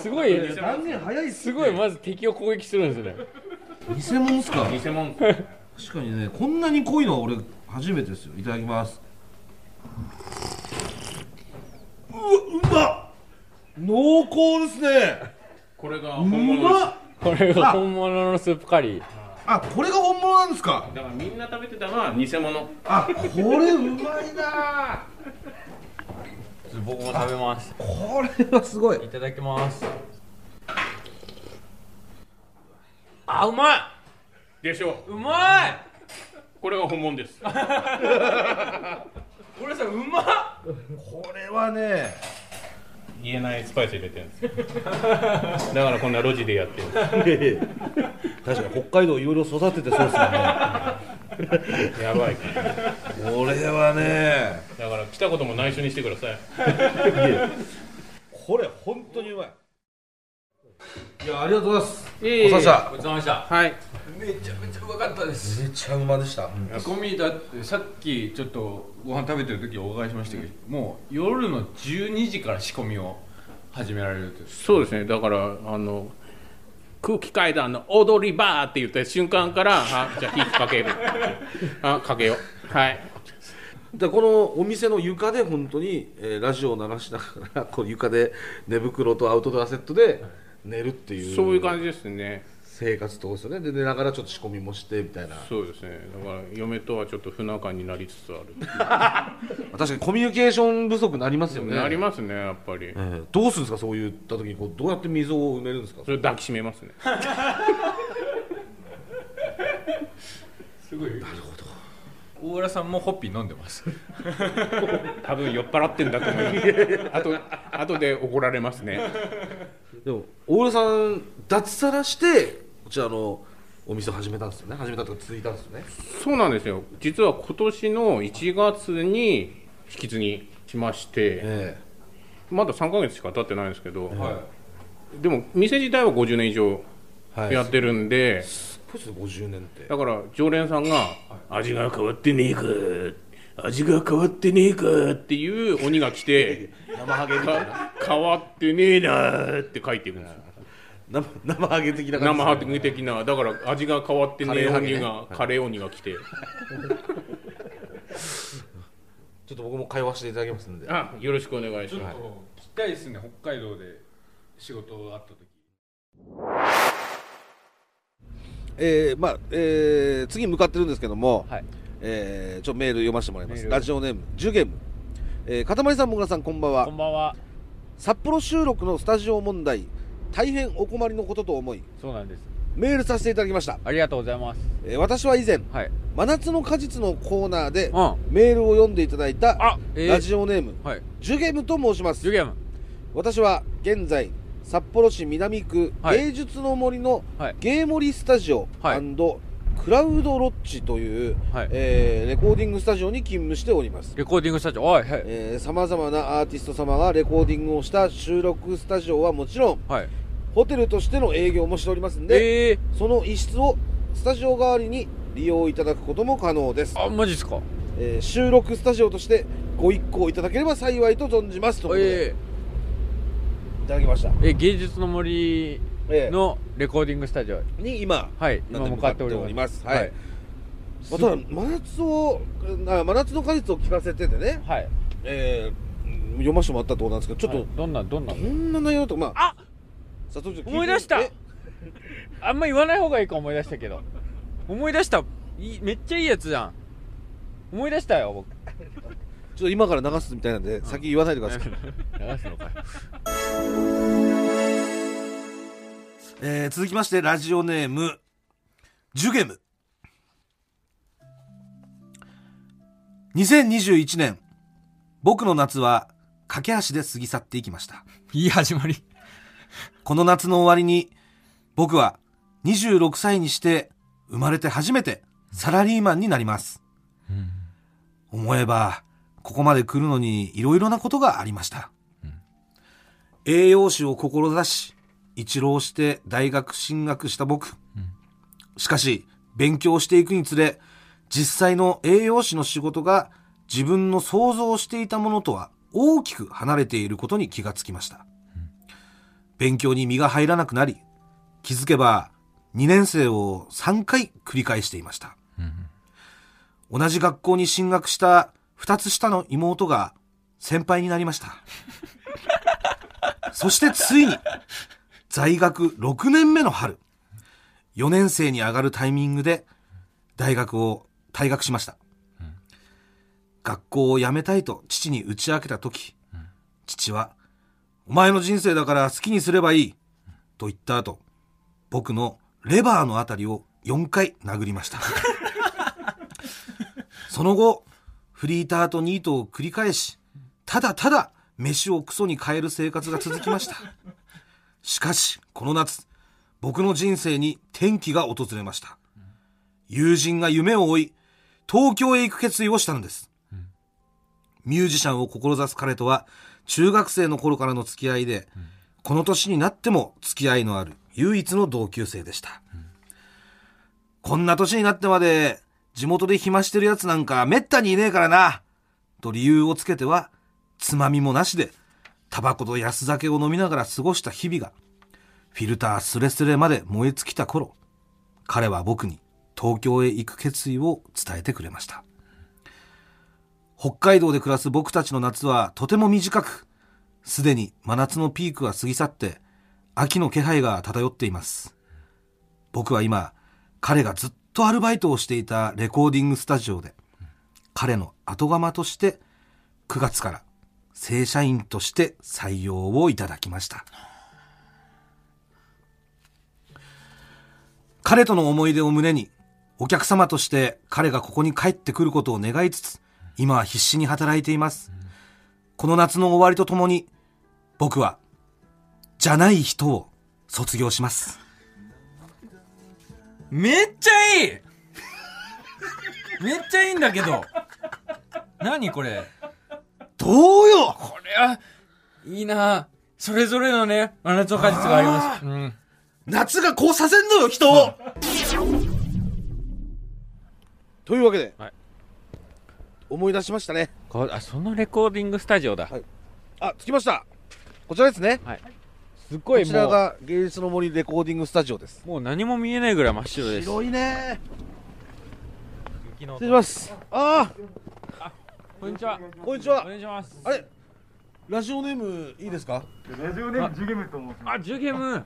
Speaker 1: すごい
Speaker 5: 断言早いっす
Speaker 1: すごいまず敵を攻撃するんですね
Speaker 5: 偽物っすか
Speaker 6: 偽物っすね
Speaker 5: [LAUGHS] 確かにねこんなに濃いのは俺初めてですよいただきますうわうまっ濃厚ですね
Speaker 6: これが
Speaker 5: う
Speaker 6: 本物です
Speaker 5: まっ
Speaker 1: これが本物のスープカリー
Speaker 5: あこれが本物なんですか
Speaker 6: だからみんな食べてたのは偽物
Speaker 5: あこれうまいな
Speaker 1: 僕も食べます
Speaker 5: これはすごい
Speaker 1: いただきますあうまい
Speaker 6: でしょ
Speaker 1: うまい
Speaker 6: これが本物
Speaker 1: [LAUGHS]
Speaker 6: です
Speaker 1: これさうまっ
Speaker 5: これはね
Speaker 6: 言えないスパイス入れてるんですよだからこんな路地でやってる
Speaker 5: 確かに北海道いろいろ育ててそうですよね
Speaker 6: やばい
Speaker 5: これはね
Speaker 6: だから来たことも内緒にしてください
Speaker 5: これ本当にうまいいやありがとうございます
Speaker 6: ええ
Speaker 5: おさした
Speaker 1: ごちそうさまでした
Speaker 6: はい
Speaker 4: めちゃめちゃうまかったです
Speaker 5: めちゃうまでした、
Speaker 4: 仕込みだってさっきちょっとご飯食べてる時お伺いしましたけどもう夜の12時から仕込みを始められるという
Speaker 6: そうですねだからあの空気階段の「踊りバー」って言った瞬間からあじゃあ火かけるあかけようはい
Speaker 5: でこのお店の床で本当に、えーラジオを流しながらこう床で寝袋とアウトドアセットで寝るっていう
Speaker 6: そういう感じですね
Speaker 5: 生活ってことですよねで寝ながらちょっと仕込みもしてみたいな
Speaker 6: そうですねだから嫁とはちょっと不仲になりつつある
Speaker 5: 確かにコミュニケーション不足になりますよね
Speaker 6: なりますねやっぱり
Speaker 5: えーどうするんですかそういった時にこうどうやって溝を埋めるんですか
Speaker 6: それ抱きしめますね
Speaker 4: 大浦さんもホッピー飲んでます
Speaker 6: 多分酔っ払ってんだと思いますあとあとで怒られますね
Speaker 5: でも大浦さん脱サラしてこちらのお店を始めたんですよね始めたとか続いたんですよね
Speaker 6: そうなんですよ実は今年の1月に引き継ぎしまして
Speaker 5: え
Speaker 6: まだ3ヶ月しか経ってないんですけど、
Speaker 4: はい
Speaker 6: でも店自体は50年以上
Speaker 5: えはい
Speaker 6: やってるんで、
Speaker 5: すごいですね50年って
Speaker 6: だから常連さんが「味が変わってねえか味が変わってねえか」っていう鬼が来て
Speaker 5: [LAUGHS] 生ハゲみたいな
Speaker 6: か変わってねえなって書いていくんですよ
Speaker 5: 生生ハゲ的な感じ
Speaker 6: 生ハゲ的なだから味が変わってねえ
Speaker 5: カレー鬼
Speaker 6: 鬼
Speaker 5: ね
Speaker 6: がカレー鬼が来て
Speaker 5: ちょっと僕も会話していただきますんで
Speaker 6: あよろしくお願いし
Speaker 4: ちょっ
Speaker 6: ます
Speaker 4: と聞きたいですね北海道で仕事があった時
Speaker 3: えーまあえー次向かってるんですけども、
Speaker 1: はい
Speaker 3: えーちょっとメール読ませてもらいま
Speaker 1: メー
Speaker 3: す
Speaker 1: ル
Speaker 3: ラジオネームジュゲーム、えー、かたまりさんもぐらさんこんばんは
Speaker 1: こんばんは
Speaker 3: 札幌収録のスタジオ問題大変お困りのことと思い
Speaker 1: そうなんです
Speaker 3: メールさせていただきました、
Speaker 1: ありがとうございます
Speaker 3: えー私は以前
Speaker 1: はい
Speaker 3: 真夏の果実のコーナーで
Speaker 1: うん
Speaker 3: メールを読んでいただいた
Speaker 1: あえー
Speaker 3: ラジオネーム、
Speaker 1: はい
Speaker 3: ジュゲムと申します
Speaker 1: ジュゲーム
Speaker 3: 私は現在札幌市南区
Speaker 1: はい
Speaker 3: 芸術の森の
Speaker 1: はい
Speaker 3: ゲーモリスタジオ
Speaker 1: はい
Speaker 3: クラウドロッチという、
Speaker 1: はい
Speaker 3: えーレコーディングスタジオに勤務しております
Speaker 1: レコーディングスタジオおいはい
Speaker 3: さまざまなアーティスト様がレコーディングをした収録スタジオはもちろん
Speaker 1: はい
Speaker 3: ホテルとしての営業もしておりますんで、
Speaker 1: え
Speaker 3: その一室をスタジオ代わりに利用いただくことも可能です
Speaker 1: ー、あマジっすか
Speaker 3: えー収録スタジオとしてご一行いただければ幸いと存じますという
Speaker 1: え
Speaker 3: ことでいただきました、
Speaker 1: ー、え芸術の森
Speaker 3: えー
Speaker 1: のレコーディングスタジオ
Speaker 3: に今
Speaker 1: はい
Speaker 3: なん
Speaker 1: 今
Speaker 3: で
Speaker 1: 向かっております
Speaker 3: 向かっておりまあただ真夏をあ真夏の果実を聞かせててね、
Speaker 1: はい、はい
Speaker 3: えー読ませてもらったとこなんですけどちょっと、
Speaker 1: はいどんなどんな
Speaker 3: こんな内容だとまあ
Speaker 1: あ
Speaker 3: さあちょっと聞いて
Speaker 1: 思い出した
Speaker 3: え
Speaker 1: あんま言わない方がいいか思い出したけど思い出したいいめっちゃいいやつじゃん思い出したよ僕
Speaker 3: ちょっと今から流すみたいなんで、先言わないでください
Speaker 1: 流すのかよ
Speaker 5: えー続きましてラジオネームジュゲム2021年僕の夏は駆け足で過ぎ去っていきました
Speaker 4: いい始まり
Speaker 5: この夏の終わりに僕は26歳にして生まれて初めてサラリーマンになります、思えばここまで来るのにいろいろなことがありました、栄養士を志し一浪して大学進学した僕、しかし勉強していくにつれ実際の栄養士の仕事が自分の想像していたものとは大きく離れていることに気がつきました、勉強に身が入らなくなり、気づけば2年生を3回繰り返していました。同じ学校に進学した2つ下の妹が先輩になりました。そしてついに、在学6年目の春、 4年生に上がるタイミングで大学を退学しました、学校を辞めたいと父に打ち明けた時、父は「お前の人生だから好きにすればいい」と言った後僕のレバーのあたりを4回殴りました [LAUGHS] その後フリーターとニートを繰り返しただただ飯をクソに変える生活が続きましたしかしこの夏僕の人生に転機が訪れました友人が夢を追い東京へ行く決意をしたのですミュージシャンを志す彼とは中学生の頃からの付き合いで、この年になっても付き合いのある唯一の同級生でした、こんな年になってまで地元で暇してるやつなんかめったにいねえからなと理由をつけてはつまみもなしでタバコと安酒を飲みながら過ごした日々がフィルターすれすれまで燃え尽きた頃彼は僕に東京へ行く決意を伝えてくれました北海道で暮らす僕たちの夏はとても短くすでに真夏のピークは過ぎ去って秋の気配が漂っています僕は今彼がずっとアルバイトをしていたレコーディングスタジオで彼の後釜として9月から正社員として採用をいただきました彼との思い出を胸にお客様として彼がここに帰ってくることを願いつつ今は必死に働いていますこの夏の終わりとともに僕はじゃない人を卒業します
Speaker 7: めっちゃいい [LAUGHS] めっちゃいいんだけど。何これ。
Speaker 5: どうよ
Speaker 7: これは、いいなそれぞれのね、真夏の果実があります。うん。
Speaker 5: 夏がこうさせんのよ人を
Speaker 3: というわけで、
Speaker 1: はい
Speaker 3: 思い出しましたね
Speaker 1: こあそのレコーディングスタジオだ、
Speaker 3: はいあ着きましたこちらですね
Speaker 1: すっごい
Speaker 3: こち
Speaker 1: も
Speaker 3: ら
Speaker 1: う
Speaker 3: が芸術の森レコーディングスタジオです
Speaker 1: もう何も見えないぐらい真っ白です
Speaker 3: 広いね
Speaker 1: 雪の
Speaker 3: 失礼しますああ
Speaker 1: こんにちは
Speaker 3: こんにちは
Speaker 1: お願いします
Speaker 3: あれラジオネームいいです
Speaker 1: あ
Speaker 3: か
Speaker 1: ジュゲム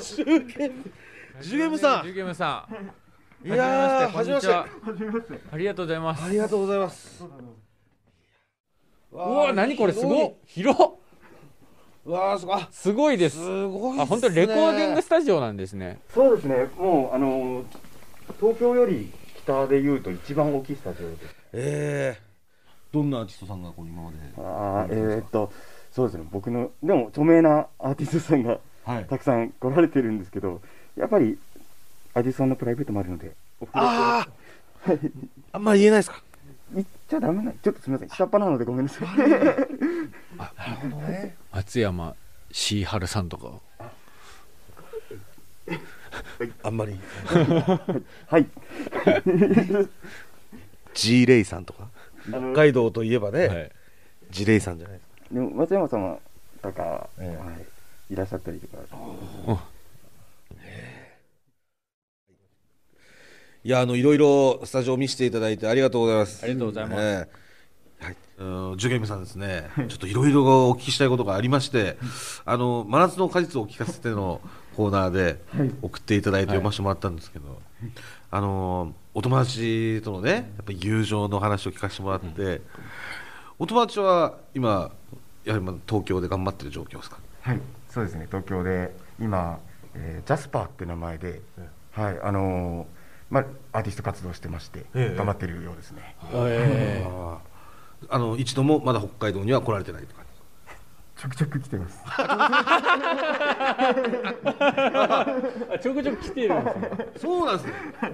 Speaker 3: ジュゲムジュゲムさ
Speaker 1: ジュゲムさん
Speaker 3: んいやー
Speaker 1: はじめ
Speaker 3: 初め
Speaker 1: ま
Speaker 3: ま
Speaker 1: し
Speaker 3: し
Speaker 1: こんにち
Speaker 3: てて
Speaker 1: はありがとうございます
Speaker 3: ありがとうございますう
Speaker 1: うわ何これすごっ
Speaker 3: い
Speaker 1: 広っ
Speaker 3: うわーすごいあ
Speaker 1: すごいです
Speaker 3: すごいっすね
Speaker 1: あ本当にレコーディングスタジオなんですね
Speaker 8: そうですね、もうあの東京より北でいうと一番大きいスタジオです。
Speaker 3: ええどんなアーティストさんがこう今まで
Speaker 8: ああ、えーっと、そうですね、僕の、でも著名なアーティストさんが
Speaker 3: はい
Speaker 8: たくさん来られてるんですけど、やっぱりアーティストさんのプライベートもあるので、お風呂
Speaker 3: あああんま言えないですか
Speaker 8: 行っちゃダメな、ちょっとすみません、下っ端なのでごめんな
Speaker 3: [LAUGHS]
Speaker 8: さい。
Speaker 1: 松山シーハルさんとか
Speaker 3: あんまり
Speaker 8: はい、
Speaker 3: G レイさんとか
Speaker 8: あの
Speaker 3: 北海道といえばね、
Speaker 1: はい
Speaker 3: ジレイさんじゃない
Speaker 8: でも松山様とか、
Speaker 3: ええ
Speaker 8: はい、いらっしゃったりとか、
Speaker 3: いやあのいろいろスタジオ見せていただいてありがとうございます
Speaker 1: ありがとうございます
Speaker 3: ねはい、あのジュゲムさんですね、ちょっといろいろお聞きしたいことがありまして、あの真夏の果実を聞かせてのコーナーで送っていただいて読ませてもらったんですけど、あのお友達とのね、やっぱり友情の話を聞かせてもらって、お友達は今、やはりまだ東京で頑張ってる状況ですか、
Speaker 8: はい、そうですね、東京で今、えージャスパーって名前で、はい、あのーまあ、アーティスト活動してまして、
Speaker 3: ええ
Speaker 8: 頑張ってるようですね。
Speaker 3: あーあの一度もまだ北海道には来られてないとか、
Speaker 8: ちょくちょく来て [LAUGHS] ます。
Speaker 1: あちょくちょく来てるんですね
Speaker 3: そうなんですね、普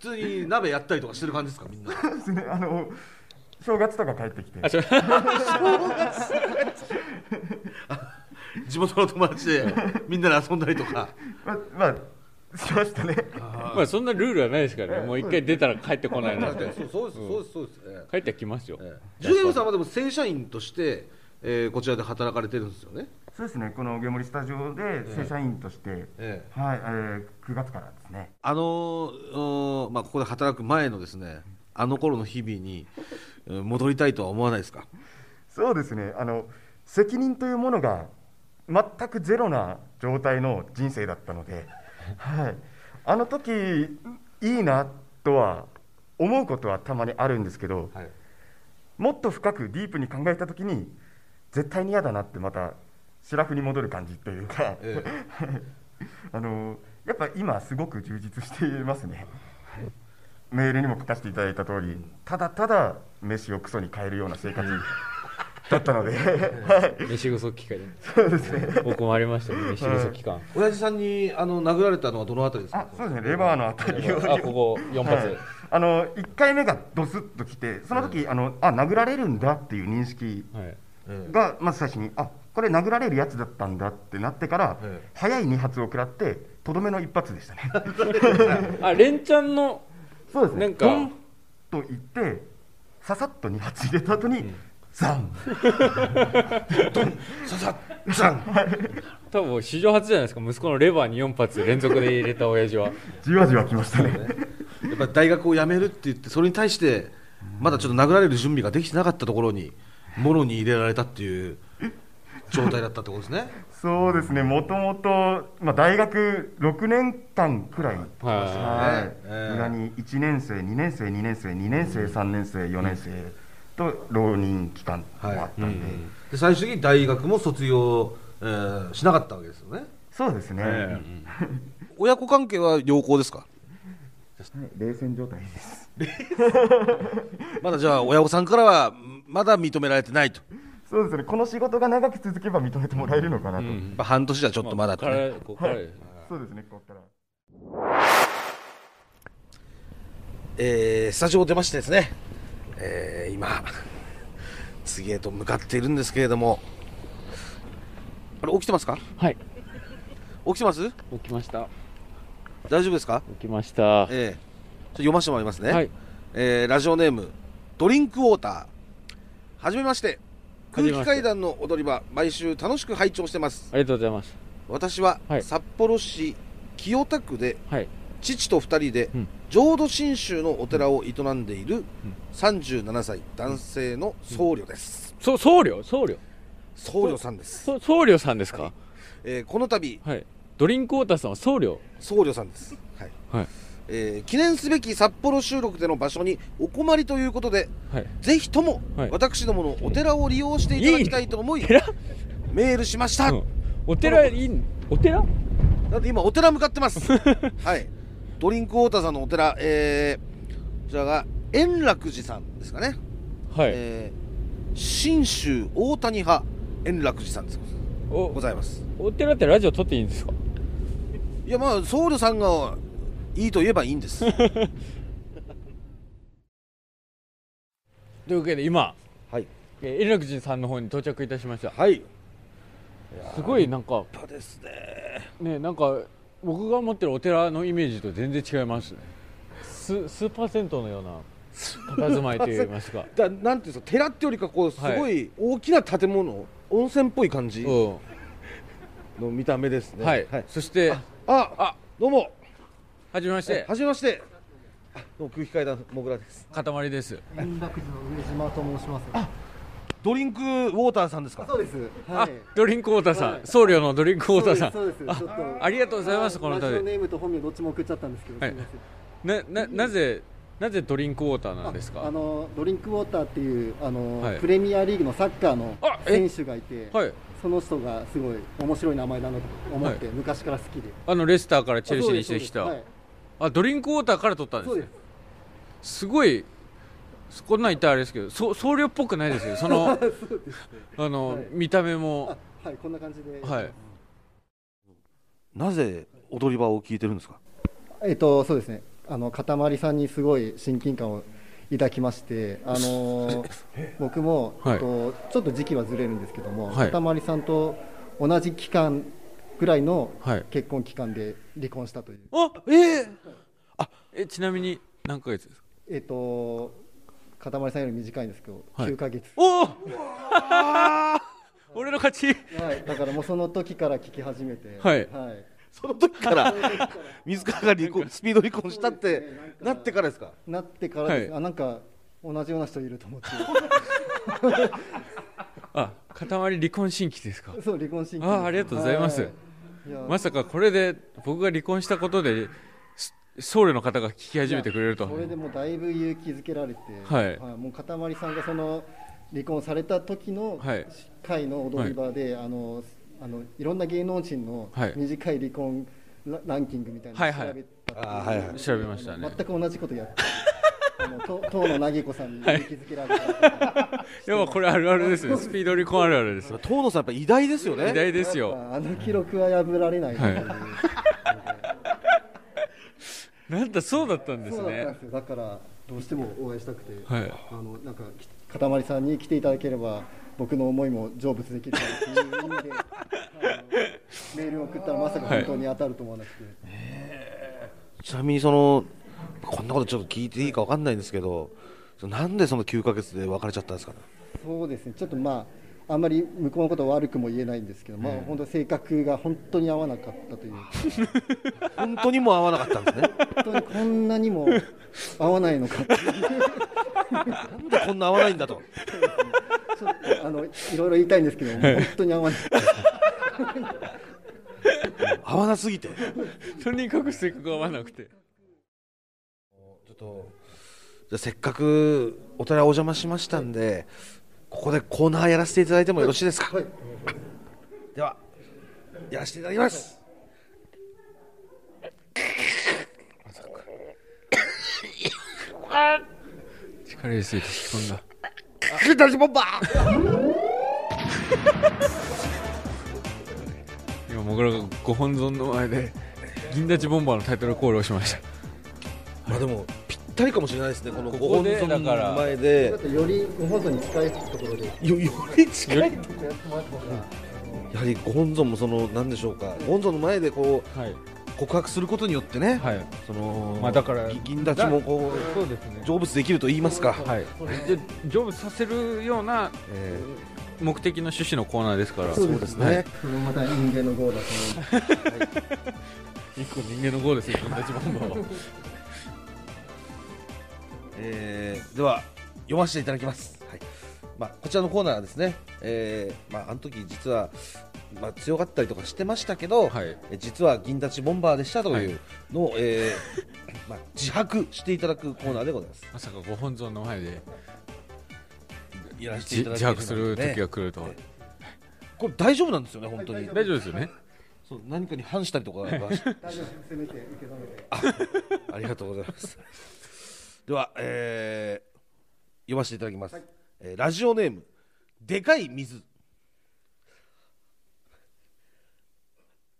Speaker 3: 通に鍋やったりとかしてる感じですか、みんな。
Speaker 8: ですね、あの正月とか帰ってきて、
Speaker 3: 地元の友達でみんなで遊んだりとか
Speaker 8: ままあしましたね。
Speaker 1: まあそんなルールはないですからねもう一回出たら帰ってこないな
Speaker 3: 確
Speaker 1: ん
Speaker 3: か
Speaker 1: て
Speaker 3: にそうそうですそうですそうです、え
Speaker 1: 帰ってきますよ
Speaker 3: えええジュゲムさんはでも正社員として、えーこちらで働かれてるんですよね
Speaker 8: そうですね、このゲモリスタジオで正社員として、
Speaker 3: ええ
Speaker 8: はい、えー、9月からですね。
Speaker 3: あのーうんまあ、ここで働く前のですねあの頃の日々にうん戻りたいとは思わないですか
Speaker 8: そうですね、あの責任というものが全くゼロな状態の人生だったので、はい、あの時いいなとは思うことはたまにあるんですけど、もっと深くディープに考えた時に絶対に嫌だなってまたシラフに戻る感じというか、 [LAUGHS] あのやっぱ今すごく充実していますね。メールにも書かせていただいた通り、ただただ飯をクソに変えるような生活だったので、はい
Speaker 1: 飯不足期間
Speaker 8: そうですね。
Speaker 1: 僕もありましたね飯不足期間
Speaker 3: 親父さんにあの殴られたのはどのあたりです
Speaker 8: [LAUGHS] あ
Speaker 3: か、
Speaker 8: そうですね。レバーのあたりを。
Speaker 1: あここ4発、
Speaker 8: はいあの1回目がドスッときて、その時、あのあ殴られるんだっていう認識
Speaker 1: はい
Speaker 8: が、まず最初に、あこれ、殴られるやつだったんだってなってから、
Speaker 3: ええ
Speaker 8: 早い2発を食らって、とどめの一発でしたね。
Speaker 4: [LAUGHS] あ連チャンの
Speaker 8: そうです
Speaker 4: な
Speaker 8: ね、
Speaker 4: んか
Speaker 8: ドンと言って、ささっと2発入れた後に、ザン、
Speaker 3: ザン
Speaker 1: 多分史上初じゃないですか息子のレバーに4発連続で入れた親父は
Speaker 8: じわじわきましたね。
Speaker 3: やっぱり大学を辞めるって言ってそれに対してまだちょっと殴られる準備ができてなかったところにもろに入れられたっていう状態だったってことですね
Speaker 8: そうですね、もともと、まあ、大学6年間くらい、
Speaker 1: はい
Speaker 8: はい
Speaker 3: ええ
Speaker 8: 裏に1年生、2年生、2年生、2年生、3年生、4年生と浪人期間もあったんで、
Speaker 3: で最終的に大学も卒業、えーしなかったわけですよね
Speaker 8: そうですね、
Speaker 3: 親子関係は良好ですか
Speaker 8: はい冷戦状態です。
Speaker 3: まだじゃあ親御さんからはまだ認められてないと
Speaker 8: そうですね、この仕事が長く続けば認めてもらえるのかなと、
Speaker 3: やっぱ半年じゃちょっとまだとね
Speaker 4: からここからですね
Speaker 8: そうですね、ここから。
Speaker 3: えースタジオを出ましてですね、えー今、次へと向かっているんですけれども、あれ、起きてますか
Speaker 1: はい
Speaker 3: 起きてます
Speaker 1: 起きました
Speaker 3: 大丈夫ですか
Speaker 1: 起きました
Speaker 3: えーちょっと読ませてもらいますね、
Speaker 1: はい
Speaker 3: えーラジオネーム、ドリンクウォーター、はじめまして、
Speaker 1: はじ
Speaker 3: 空
Speaker 1: めまして
Speaker 3: 気階段の踊り場、毎週楽しく拝聴してます。
Speaker 1: ありがとうございます
Speaker 3: 私は
Speaker 1: はい
Speaker 3: 札幌市清田区で
Speaker 1: はい
Speaker 3: 父と二人で
Speaker 1: うん
Speaker 3: 浄土真宗のお寺を営んでいる
Speaker 1: ん
Speaker 3: 37歳男性の僧侶です、
Speaker 1: そ僧侶僧侶
Speaker 3: 僧侶さんです、
Speaker 1: そ僧侶さんですか
Speaker 3: えーこの度
Speaker 1: はいドリンクウォーターさんは僧侶
Speaker 3: 僧侶さんです、はい
Speaker 1: はい
Speaker 3: えー記念すべき札幌収録での場所にお困りということで
Speaker 1: はい
Speaker 3: ぜひとも
Speaker 1: はい
Speaker 3: 私どものお寺を利用していただきたいと思い、
Speaker 1: 寺、
Speaker 3: メールしました、
Speaker 1: うん、お寺いいんお寺
Speaker 3: なんで今お寺向かって
Speaker 1: [LAUGHS]
Speaker 3: ますはいドリンクウォーターさんのお寺えー、こちらが円楽寺さんですかね、
Speaker 1: はい、
Speaker 3: えー信州大谷派円楽寺さんです
Speaker 1: お
Speaker 3: ございます
Speaker 1: お寺ってラジオ撮っていいんですか
Speaker 3: いやまあ僧侶さんがいいと言えばいいんです
Speaker 1: [LAUGHS] というわけで今
Speaker 3: はい
Speaker 1: えー円楽寺さんの方に到着いたしました
Speaker 3: はい
Speaker 1: すごいなんか
Speaker 3: そうですね
Speaker 1: ねなんか僕が持ってるお寺のイメージと全然違いますねススーパー銭湯のような佇まいといいます [LAUGHS] か
Speaker 3: だなんていうんですか寺ってよりかこうす
Speaker 1: はい
Speaker 3: ごい大きな建物、温泉っぽい感じ
Speaker 1: うんは
Speaker 3: の見た目です
Speaker 1: い、
Speaker 3: ね
Speaker 1: そして
Speaker 3: ああどうも
Speaker 1: はじめまして
Speaker 3: はじめましてあどうも空気階段もぐらです
Speaker 1: 塊です
Speaker 9: 円楽寺の上島と申します。あ、
Speaker 3: ドリンクウォーターさんですか
Speaker 9: そうです。は
Speaker 1: あ
Speaker 9: い。
Speaker 1: ドリンクウォーターさん僧侶のドリンクウォーターさ
Speaker 9: そうんです。そうですちょっと。
Speaker 1: ありがとうございます
Speaker 9: は
Speaker 1: この度
Speaker 9: ラジオネームと本名どっちも送っちゃったんですけど。
Speaker 1: はい
Speaker 9: すみません
Speaker 1: なななぜなぜドリンクウォーターなんです
Speaker 9: あ
Speaker 1: か
Speaker 9: のドリンクウォーターっていうあの、
Speaker 1: はい
Speaker 9: プレミアリーグのサッカーの
Speaker 1: あ
Speaker 9: 選
Speaker 1: え
Speaker 9: 手がいて、
Speaker 1: はい
Speaker 9: その人がすごい面白い名前だなと思って、昔から好きで。
Speaker 1: あのレスターからチェルシーに移
Speaker 9: そう
Speaker 1: 籍
Speaker 9: です
Speaker 1: した、
Speaker 9: はい
Speaker 1: あドリンクウォーターから取ったんです
Speaker 9: そう
Speaker 1: ね
Speaker 9: です。
Speaker 1: すごいこんなん言ったらあれですけどそ僧侶っぽくないですよ [LAUGHS] そのあの、
Speaker 9: はい
Speaker 1: 見た目も
Speaker 9: あ、はい、こんな感じで。
Speaker 1: はい
Speaker 3: なぜ踊り場を聞いてるんですか
Speaker 9: えっと、そうですね。あの、かたまりさんにすごい親近感を抱きまして、あ
Speaker 1: [LAUGHS]
Speaker 9: のー僕も、
Speaker 1: はい
Speaker 9: えっと、ちょっと時期はずれるんですけども、
Speaker 1: はい
Speaker 9: かたまりさんと同じ期間ぐらいの
Speaker 1: はい
Speaker 9: 結婚期間で離婚したという。
Speaker 1: あえー、あえちなみに何ヶ月ですか
Speaker 9: えっと、かたまりさんより短いんですけど、
Speaker 1: はい
Speaker 9: 9ヶ月。
Speaker 1: おお俺の勝ち
Speaker 9: はい、だからもうその時から聞き始めて、
Speaker 1: はい
Speaker 9: はい、
Speaker 3: その時から [LAUGHS] 自らが離婚スピード離婚したってなってからですか
Speaker 9: なってからです、
Speaker 1: はい
Speaker 9: あなんか同じような人いると思
Speaker 1: [LAUGHS]
Speaker 9: って、
Speaker 1: あ塊離婚新規ですか
Speaker 9: そう離婚申請
Speaker 1: あありがとうございます
Speaker 9: はや
Speaker 1: まさかこれで僕が離婚したことで
Speaker 4: 僧侶の方が聞き始めてくれると
Speaker 5: それでもうだいぶ勇気づけられて、
Speaker 4: はい
Speaker 5: もうかたまりさんがその離婚された時の
Speaker 4: はい
Speaker 5: 会の踊り場で、い、あのあのいろんな芸能人の
Speaker 4: はい
Speaker 5: 短い離婚ラランキングみたいな
Speaker 4: はい
Speaker 5: の
Speaker 4: は
Speaker 5: を
Speaker 4: い
Speaker 5: 調べた
Speaker 3: あはいはい
Speaker 4: 調べましたね
Speaker 5: 全く同じこと
Speaker 4: [LAUGHS]
Speaker 5: やってあのと当のなぎこさんに勇気づけられた、
Speaker 4: [LAUGHS] でもこれあるあるですねスピード離婚あるあるです
Speaker 3: 東野さんやっぱ偉大ですよ
Speaker 4: 偉
Speaker 3: ね
Speaker 4: 大ですよ
Speaker 5: あの記録は破られないという、
Speaker 4: はなんだそうだったんです
Speaker 5: そうだった
Speaker 4: ね
Speaker 5: んですよだからどうしても応援したくて、
Speaker 4: はい
Speaker 5: あのなんかかたまりさんに来ていただければ僕の思いも成仏できるという意味であのメールを送ったらまさか本当に当たると思わなくて、
Speaker 3: ちなみにそのこんなことちょっと聞いていいかわかんないんですけどそのなんでその9ヶ月で別れちゃったんですかね
Speaker 5: そうですねちょっとまああんまり向こうのことを悪くも言えないんですけど、まあ本当性格が本当に合わなかったというか
Speaker 3: 本当にもう合わなかったんですね
Speaker 5: 本当にこんなにも合わないのかっていう
Speaker 3: なんでこんな合わないんだと
Speaker 5: ちょっとあのいろいろ言いたいんですけど、本当に合わない
Speaker 3: 合わなすぎてち
Speaker 4: とにかく性格が合わなくて
Speaker 3: ょっとじゃあせっかくお寺お邪魔しましたんでここでコーナーやらせていただいてもよろしいですか、ではやらせていただきます
Speaker 4: 力入れすぎて引き込んだ
Speaker 3: 出しボンバー
Speaker 4: [LAUGHS] 今もぐらがご本尊の前で銀立ちボンバーのタイトルコールをしました
Speaker 3: まあでもぴったりかもしれないですねこのご
Speaker 4: こ
Speaker 3: 本
Speaker 4: で
Speaker 3: 尊
Speaker 4: だから
Speaker 3: の前で
Speaker 5: ちょっとよりご本尊に近いところでや
Speaker 3: よより近い
Speaker 5: ってもらった方が
Speaker 3: やはりご本尊もその何でしょうかご本尊の前でこう
Speaker 4: はい
Speaker 3: 告白することによってね、
Speaker 4: はい
Speaker 3: その
Speaker 4: まあだから
Speaker 3: ぎ銀立ちもこ
Speaker 4: そうですね
Speaker 3: う成仏できると言いますか、
Speaker 4: はいで成仏させるような
Speaker 3: え
Speaker 4: 目的の趣旨のコーナーですから
Speaker 5: そうですね。それもまた人間の業だと思う。
Speaker 4: 一個人間の号ですよ銀立ちボンバーは
Speaker 3: ーえーでは読ませていただきます、はいまあ、こちらのコーナーはですね、えーまあ、あの時実は、まあ、強かったりとかしてましたけど、
Speaker 4: [LAUGHS] はい
Speaker 3: え実は銀立ちボンバーでしたというのを、えー [LAUGHS] まあ、自白していただくコーナーでございます
Speaker 4: まさかご本尊の前で
Speaker 3: やらせて
Speaker 4: じ
Speaker 3: いただき
Speaker 4: 自
Speaker 3: ま
Speaker 4: 白する時が来るとは
Speaker 3: ねこれ大丈夫なんですよね本当に、
Speaker 4: 大丈夫ですよね
Speaker 3: そう何かに反したりとかはし
Speaker 5: 大丈夫です。せめて受け止めて。
Speaker 3: ありがとうございます。では、えー読ませていただきます。えーラジオネーム、でかい水。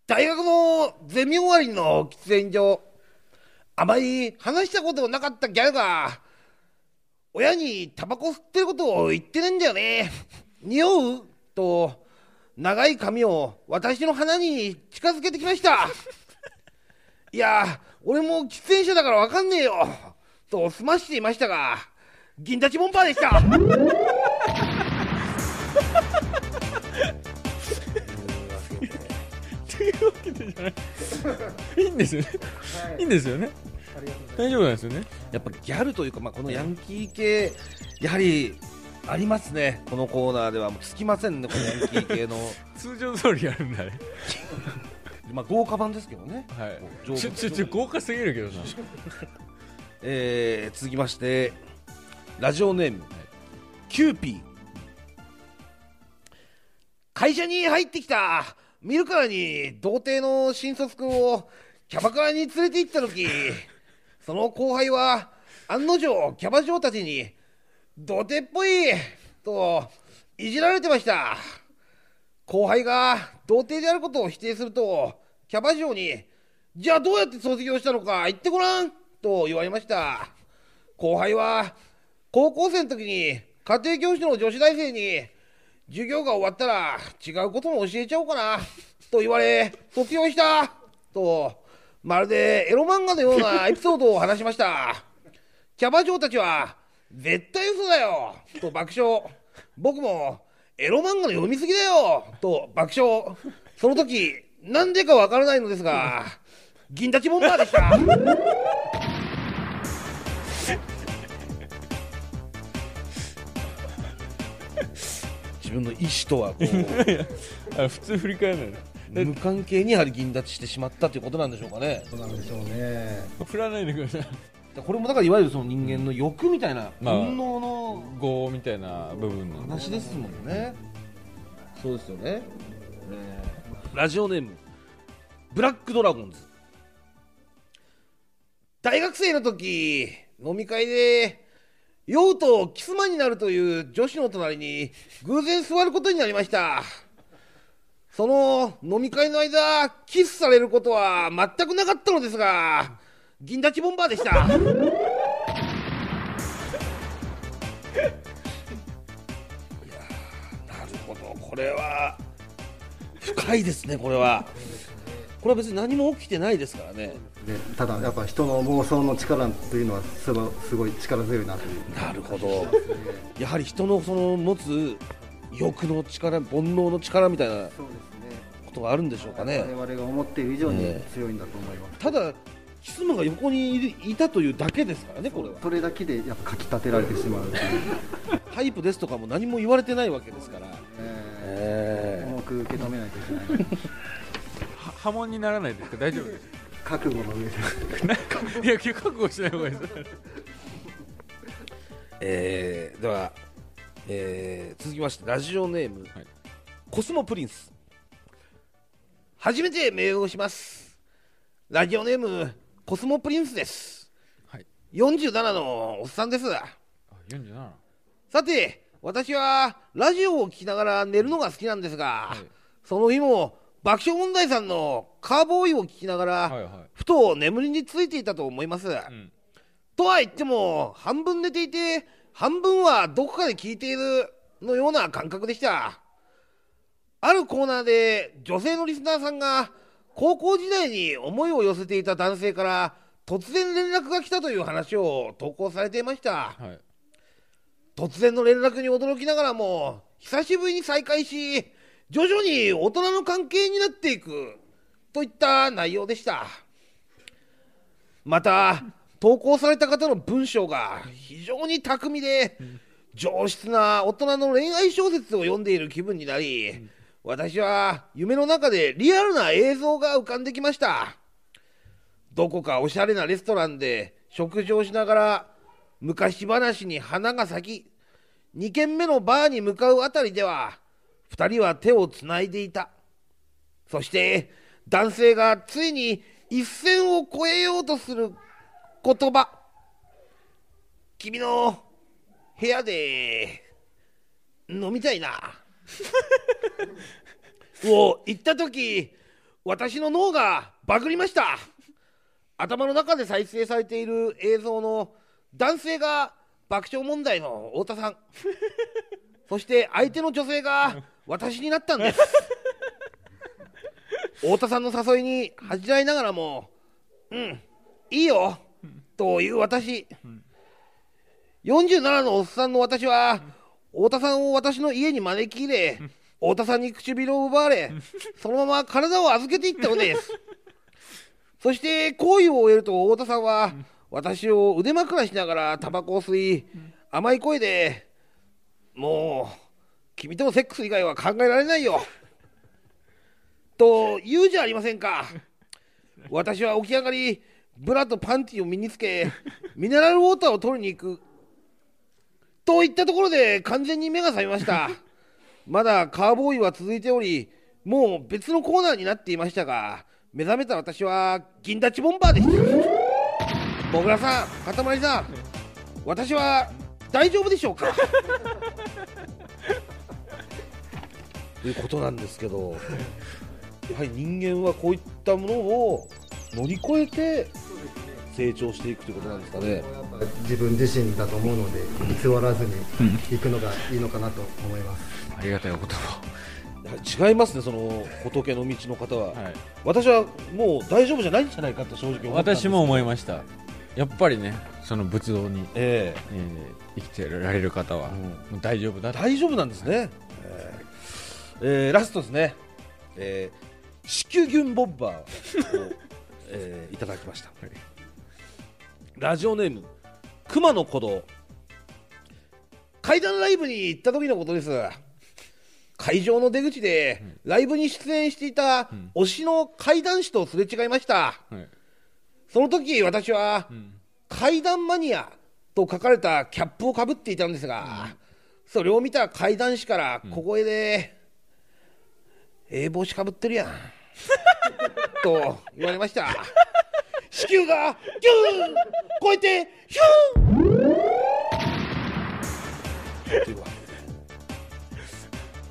Speaker 3: 大学のゼミ終わりの喫煙所、あまり話したことのなかったギャルが、親にタバコ吸ってることを言ってるんだよね。匂うと、長い髪を私の鼻に近づけてきました。 [LAUGHS] いやー、俺も喫煙者だからわかんねえよと済ましていましたが、銀立ちボンバーでした
Speaker 4: というわけでじゃない [LAUGHS] いいんですよね、い、いんですよね大丈夫なんですよね
Speaker 3: [LAUGHS] やっぱギャルというか、まあ、このヤンキー系、やはりありますね、このコーナーでは、もうつきませんね、このヤンキー系の、 [LAUGHS]
Speaker 4: 通常通りやるんだね
Speaker 3: まあ、豪華版ですけどね、
Speaker 4: はい
Speaker 3: 上手
Speaker 4: ちょちょちょ豪華すぎるけどな
Speaker 3: えー続きまして、ラジオネーム、キューピー。会社に入ってきた見るからに童貞の新卒君をキャバクラに連れて行った時その後輩は案の定キャバ嬢たちに童貞っぽいといじられてました後輩が童貞であることを否定するとキャバ嬢にじゃあどうやって卒業したのか言ってごらんと言われました後輩は高校生の時に家庭教師の女子大生に授業が終わったら違うことも教えちゃおうかなと言われ卒業したとまるでエロ漫画のようなエピソードを話しましたキャバ嬢たちは絶対嘘だよと爆笑僕もエロ漫画の読みすぎだよと爆笑その時なんでかわからないのですが銀立ちボンバーでした自分の意思とはこう
Speaker 4: [LAUGHS] あ普通振り返らない
Speaker 3: 無関係にやはり銀立ちしてしまったということなんでしょうかね
Speaker 9: そうなんでしょうね。
Speaker 4: 振らないでください
Speaker 3: これもだからいわゆるその人間の欲みたいな
Speaker 4: まあ
Speaker 3: 本能の
Speaker 4: 業みたいな部分なんで
Speaker 3: 話ですもんね、そうですよねねラジオネームブラックドラゴンズ大学生の時飲み会で酔うとキスマンになるという女子の隣に偶然座ることになりましたその飲み会の間キスされることは全くなかったのですが銀立ちボンバーでしたなるほどこれは深いですねこれはこれは別に何も起きてないですからね
Speaker 9: でただやっぱ人の妄想の力というのはすごすごい力強いなという。
Speaker 3: なるほどやはり人のその持つ欲の力煩悩の力みたいな
Speaker 9: そうです
Speaker 3: ことがあるんでしょうか
Speaker 9: ね。
Speaker 3: ね
Speaker 9: 我々が思っている以上に
Speaker 3: え
Speaker 9: 強いんだと思います。
Speaker 3: ただキスマンが横にいるいたというだけですからねこれは
Speaker 9: それだけでやっぱかき立てられてしまうという、
Speaker 3: [LAUGHS] タイプですとかも何も言われてないわけですから、
Speaker 9: えー
Speaker 3: え
Speaker 9: 重く受け止めないといけない。
Speaker 1: は波紋にならないですか大丈夫です
Speaker 9: 覚悟の上で。
Speaker 1: かいや覚悟しない方がいいです
Speaker 3: ーえーでは、えー続きましてラジオネーム、
Speaker 1: い
Speaker 3: コスモプリンス初めてメールをしますラジオネームコスモプリンスです、
Speaker 1: はい
Speaker 3: 47のおっさんです
Speaker 1: あ47
Speaker 3: さて私はラジオを聞きながら寝るのが好きなんですが、その日も爆笑問題さんのカーボーイを聞きながら、
Speaker 4: はいはい
Speaker 3: ふと眠りについていたと思います、
Speaker 4: ん
Speaker 3: とは言っても半分寝ていて半分はどこかで聞いているのような感覚でしたあるコーナーで女性のリスナーさんが高校時代に思いを寄せていた男性から突然連絡が来たという話を投稿されていました、
Speaker 4: はい
Speaker 3: 突然の連絡に驚きながらも久しぶりに再会し徐々に大人の関係になっていくといった内容でしたまた投稿された方の文章が非常に巧みで上質な大人の恋愛小説を読んでいる気分になり私は夢の中でリアルな映像が浮かんできましたどこかおしゃれなレストランで食事をしながら昔話に花が咲き2軒目のバーに向かうあたりでは2人は手をつないでいたそして男性がついに一線を越えようとする言葉君の部屋で飲みたいなを言った時私の脳がバグりました頭の中で再生されている映像の男性が爆笑問題の太田さんそして相手の女性が私になったんです太田さんの誘いに恥じらいながらも「うんいいよ」という私47のおっさんの私は太田さんを私の家に招き入れ太田さんに唇を奪われそのまま体を預けていったのですそして行為を終えると太田さんは私を腕枕しながらタバコを吸い甘い声で「もう君とのセックス以外は考えられないよ」と言うじゃありませんか私は起き上がりブラとパンティを身につけミネラルウォーターを取りに行くといったところで完全に目が覚めましたまだカーボーイは続いておりもう別のコーナーになっていましたが目覚めた私は銀立ちボンバーでしたもぐらさんかたまりさん私は大丈夫でしょ
Speaker 1: [LAUGHS]
Speaker 3: うかということなんですけどやはり人間はこういったものを乗り越えて成長していくということなんですかね
Speaker 9: やっぱ自分自身だと思うので偽らずに行くのがいいのかなと思います。
Speaker 1: ありがたいお言葉
Speaker 3: やはり違いますねその仏の道の方は、
Speaker 1: はい
Speaker 3: 私はもう大丈夫じゃないんじゃないかと正直思ったんです
Speaker 1: 私も思いましたやっぱりねその仏道に、
Speaker 3: え
Speaker 1: えー生きてられる方は、
Speaker 3: ん
Speaker 1: もう大丈夫だ
Speaker 3: え
Speaker 1: と
Speaker 3: 大丈夫なんですね、ええええラストですね、ええ子宮群ボンバーを、 [LAUGHS] ええいただきました、ラジオネーム熊野古道階段ライブに行った時のことです会場の出口で、ライブに出演していた推しの怪談師とすれ違いました。
Speaker 10: はい
Speaker 3: その時、私は、怪談マニアと書かれたキャップをかぶっていたんですが、それを見た怪談師から小声で、ええ帽子かぶってるやん。と言われました。子宮がギューン超えて、ヒューン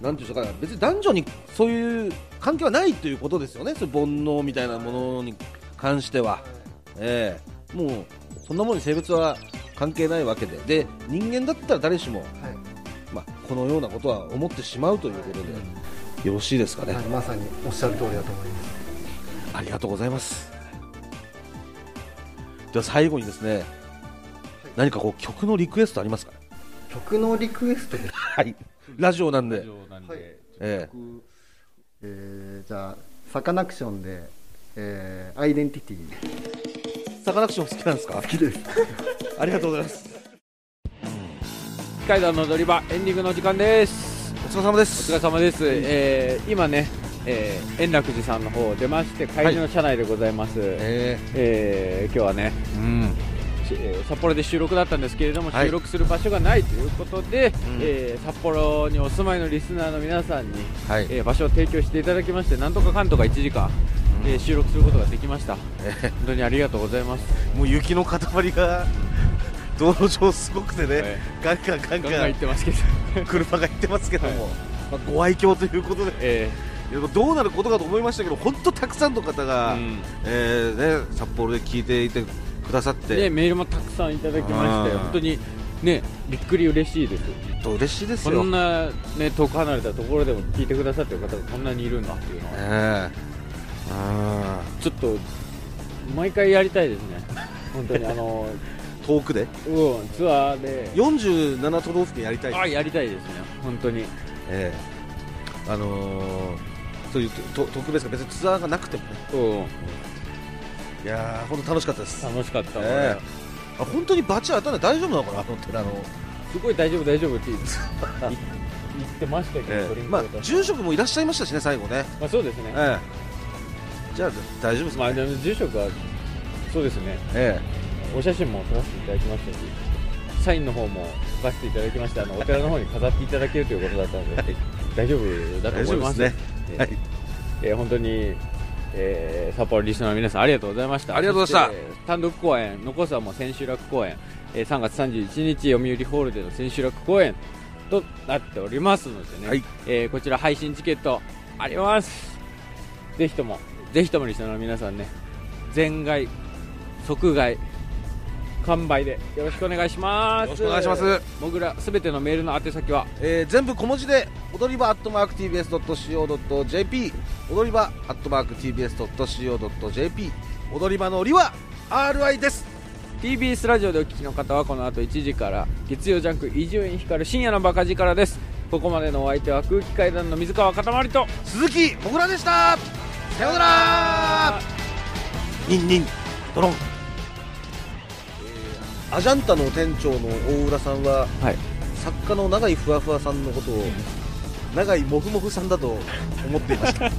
Speaker 3: なんていうんですかね、別に男女にそういう関係はないということですよね、そういう煩悩みたいなものに関しては、ええもうそんなものに性別は関係ないわけで、で人間だったら誰しも、まあ、このようなことは思ってしまうということで、よろしいですかね、
Speaker 11: はいまさにおっしゃる通りだと思います
Speaker 3: ありがとうございます。では最後にですね、何かこう曲のリクエストありますか、
Speaker 11: 曲のリクエストです
Speaker 3: はい、ラジオなんで、
Speaker 11: はい
Speaker 3: え
Speaker 11: 僕えーじゃあサカナクションで、えーアイデンティティ
Speaker 3: えサカナクション好きなんですか
Speaker 11: 好きです
Speaker 3: ありがとうございます。
Speaker 1: 機械団の踊り場エンディングの時間です
Speaker 3: お疲れ様で
Speaker 1: お
Speaker 3: す。
Speaker 1: 疲れ様です、えー今ね、えー円楽寺さんの方を出まして帰りの車内でございます、
Speaker 3: え
Speaker 1: えー今日はね
Speaker 3: えうん。
Speaker 1: しえー札幌で収録だったんですけれども、
Speaker 3: はい
Speaker 1: 収録する場所がないということで、
Speaker 3: ん
Speaker 1: えー札幌にお住まいのリスナーの皆さんに、
Speaker 3: はい
Speaker 1: えー場所を提供していただきましてなんとかかんとか1時間、えー収録することができました本当にありがとうございます
Speaker 5: もう雪の塊が [LAUGHS] 道路上すごくてね、
Speaker 1: はい
Speaker 5: ガンガンガン
Speaker 1: ガンガン
Speaker 5: ガ
Speaker 1: 言ってますけど、
Speaker 5: ン車が行ってますけども、まあ、ご愛嬌ということで、
Speaker 1: え
Speaker 5: いやどうなることかと思いましたけど本当たくさんの方
Speaker 1: ー
Speaker 5: が、
Speaker 1: うん
Speaker 5: えーね、札幌で聞いていてくださって、
Speaker 1: ね、メールもたくさんいただきまして
Speaker 5: うん
Speaker 1: 本当にねびっくり嬉しいです
Speaker 5: 本当嬉しいです
Speaker 1: こ
Speaker 5: よ、
Speaker 1: んな、ね、遠く離れたところでも聞いてくださってる方がこんなにいるんだっていうのは
Speaker 5: ええあ
Speaker 1: ちょっと毎回やりたいですね本当にあ
Speaker 5: [LAUGHS]
Speaker 1: の
Speaker 5: ー遠くで
Speaker 1: うんツアーで
Speaker 5: 47都道府県やりたい、
Speaker 1: あやりたいですね本当に
Speaker 5: ええあのーそういうと特別な別にツアーがなくてもね
Speaker 1: うん
Speaker 5: いやー本当楽しかったです、
Speaker 1: 楽しかった、
Speaker 5: ええあ本当にバチ当たんない大丈夫なのかなあの寺の、
Speaker 1: すごい大丈夫大丈夫って言って言ってましたけど、
Speaker 5: え
Speaker 1: ドリ
Speaker 5: え
Speaker 1: ンク
Speaker 5: ま
Speaker 1: を
Speaker 5: あ
Speaker 1: 出して
Speaker 5: 住職もいらっしゃいましたしね最後ね、
Speaker 1: まあそうですね、
Speaker 5: ええじゃあ大丈夫です
Speaker 1: ま
Speaker 5: か、
Speaker 1: あ
Speaker 5: ね
Speaker 1: でも住職はそうですね
Speaker 5: え
Speaker 1: お写真も撮らせていただきましたしサインの方も書かせていただきましてあのお寺の方に飾っていただけるということだったので、大丈夫だと思います
Speaker 5: 大
Speaker 1: え
Speaker 5: 丈え
Speaker 1: ー
Speaker 5: はい
Speaker 1: えー本当に、えー、札幌リスナーの皆さんありがとうございました
Speaker 5: ありがとうござい
Speaker 1: そ
Speaker 5: ました
Speaker 1: てえー単独公演残すはもう千秋楽公演、えー3月31日読売ホールでの千秋楽公演となっておりますのでね、
Speaker 5: はい
Speaker 1: えーこちら配信チケットありますぜひともぜひともリスナーの皆さんね全外即外完売でよろしくお願いします
Speaker 5: よろしくお願いします
Speaker 1: もぐらすべてのメールの宛先は
Speaker 3: えー全部小文字で踊り場アットマーク TBS.CO.JP 踊り場アットマーク TBS.CO.JP 踊り場のりは RI です
Speaker 1: TBS ラジオでお聞きの方はこの後1時から月曜ジャンク伊集院光る深夜のバカ力ですここまでのお相手は空気階段の水川かたまりと
Speaker 3: 鈴木もぐらでしたさようならニンニンドロン、えーアジャンタの店長の大浦さんは、
Speaker 1: はい
Speaker 3: 作家の永井ふわふわさんのことを永井もふもふさんだと思っていました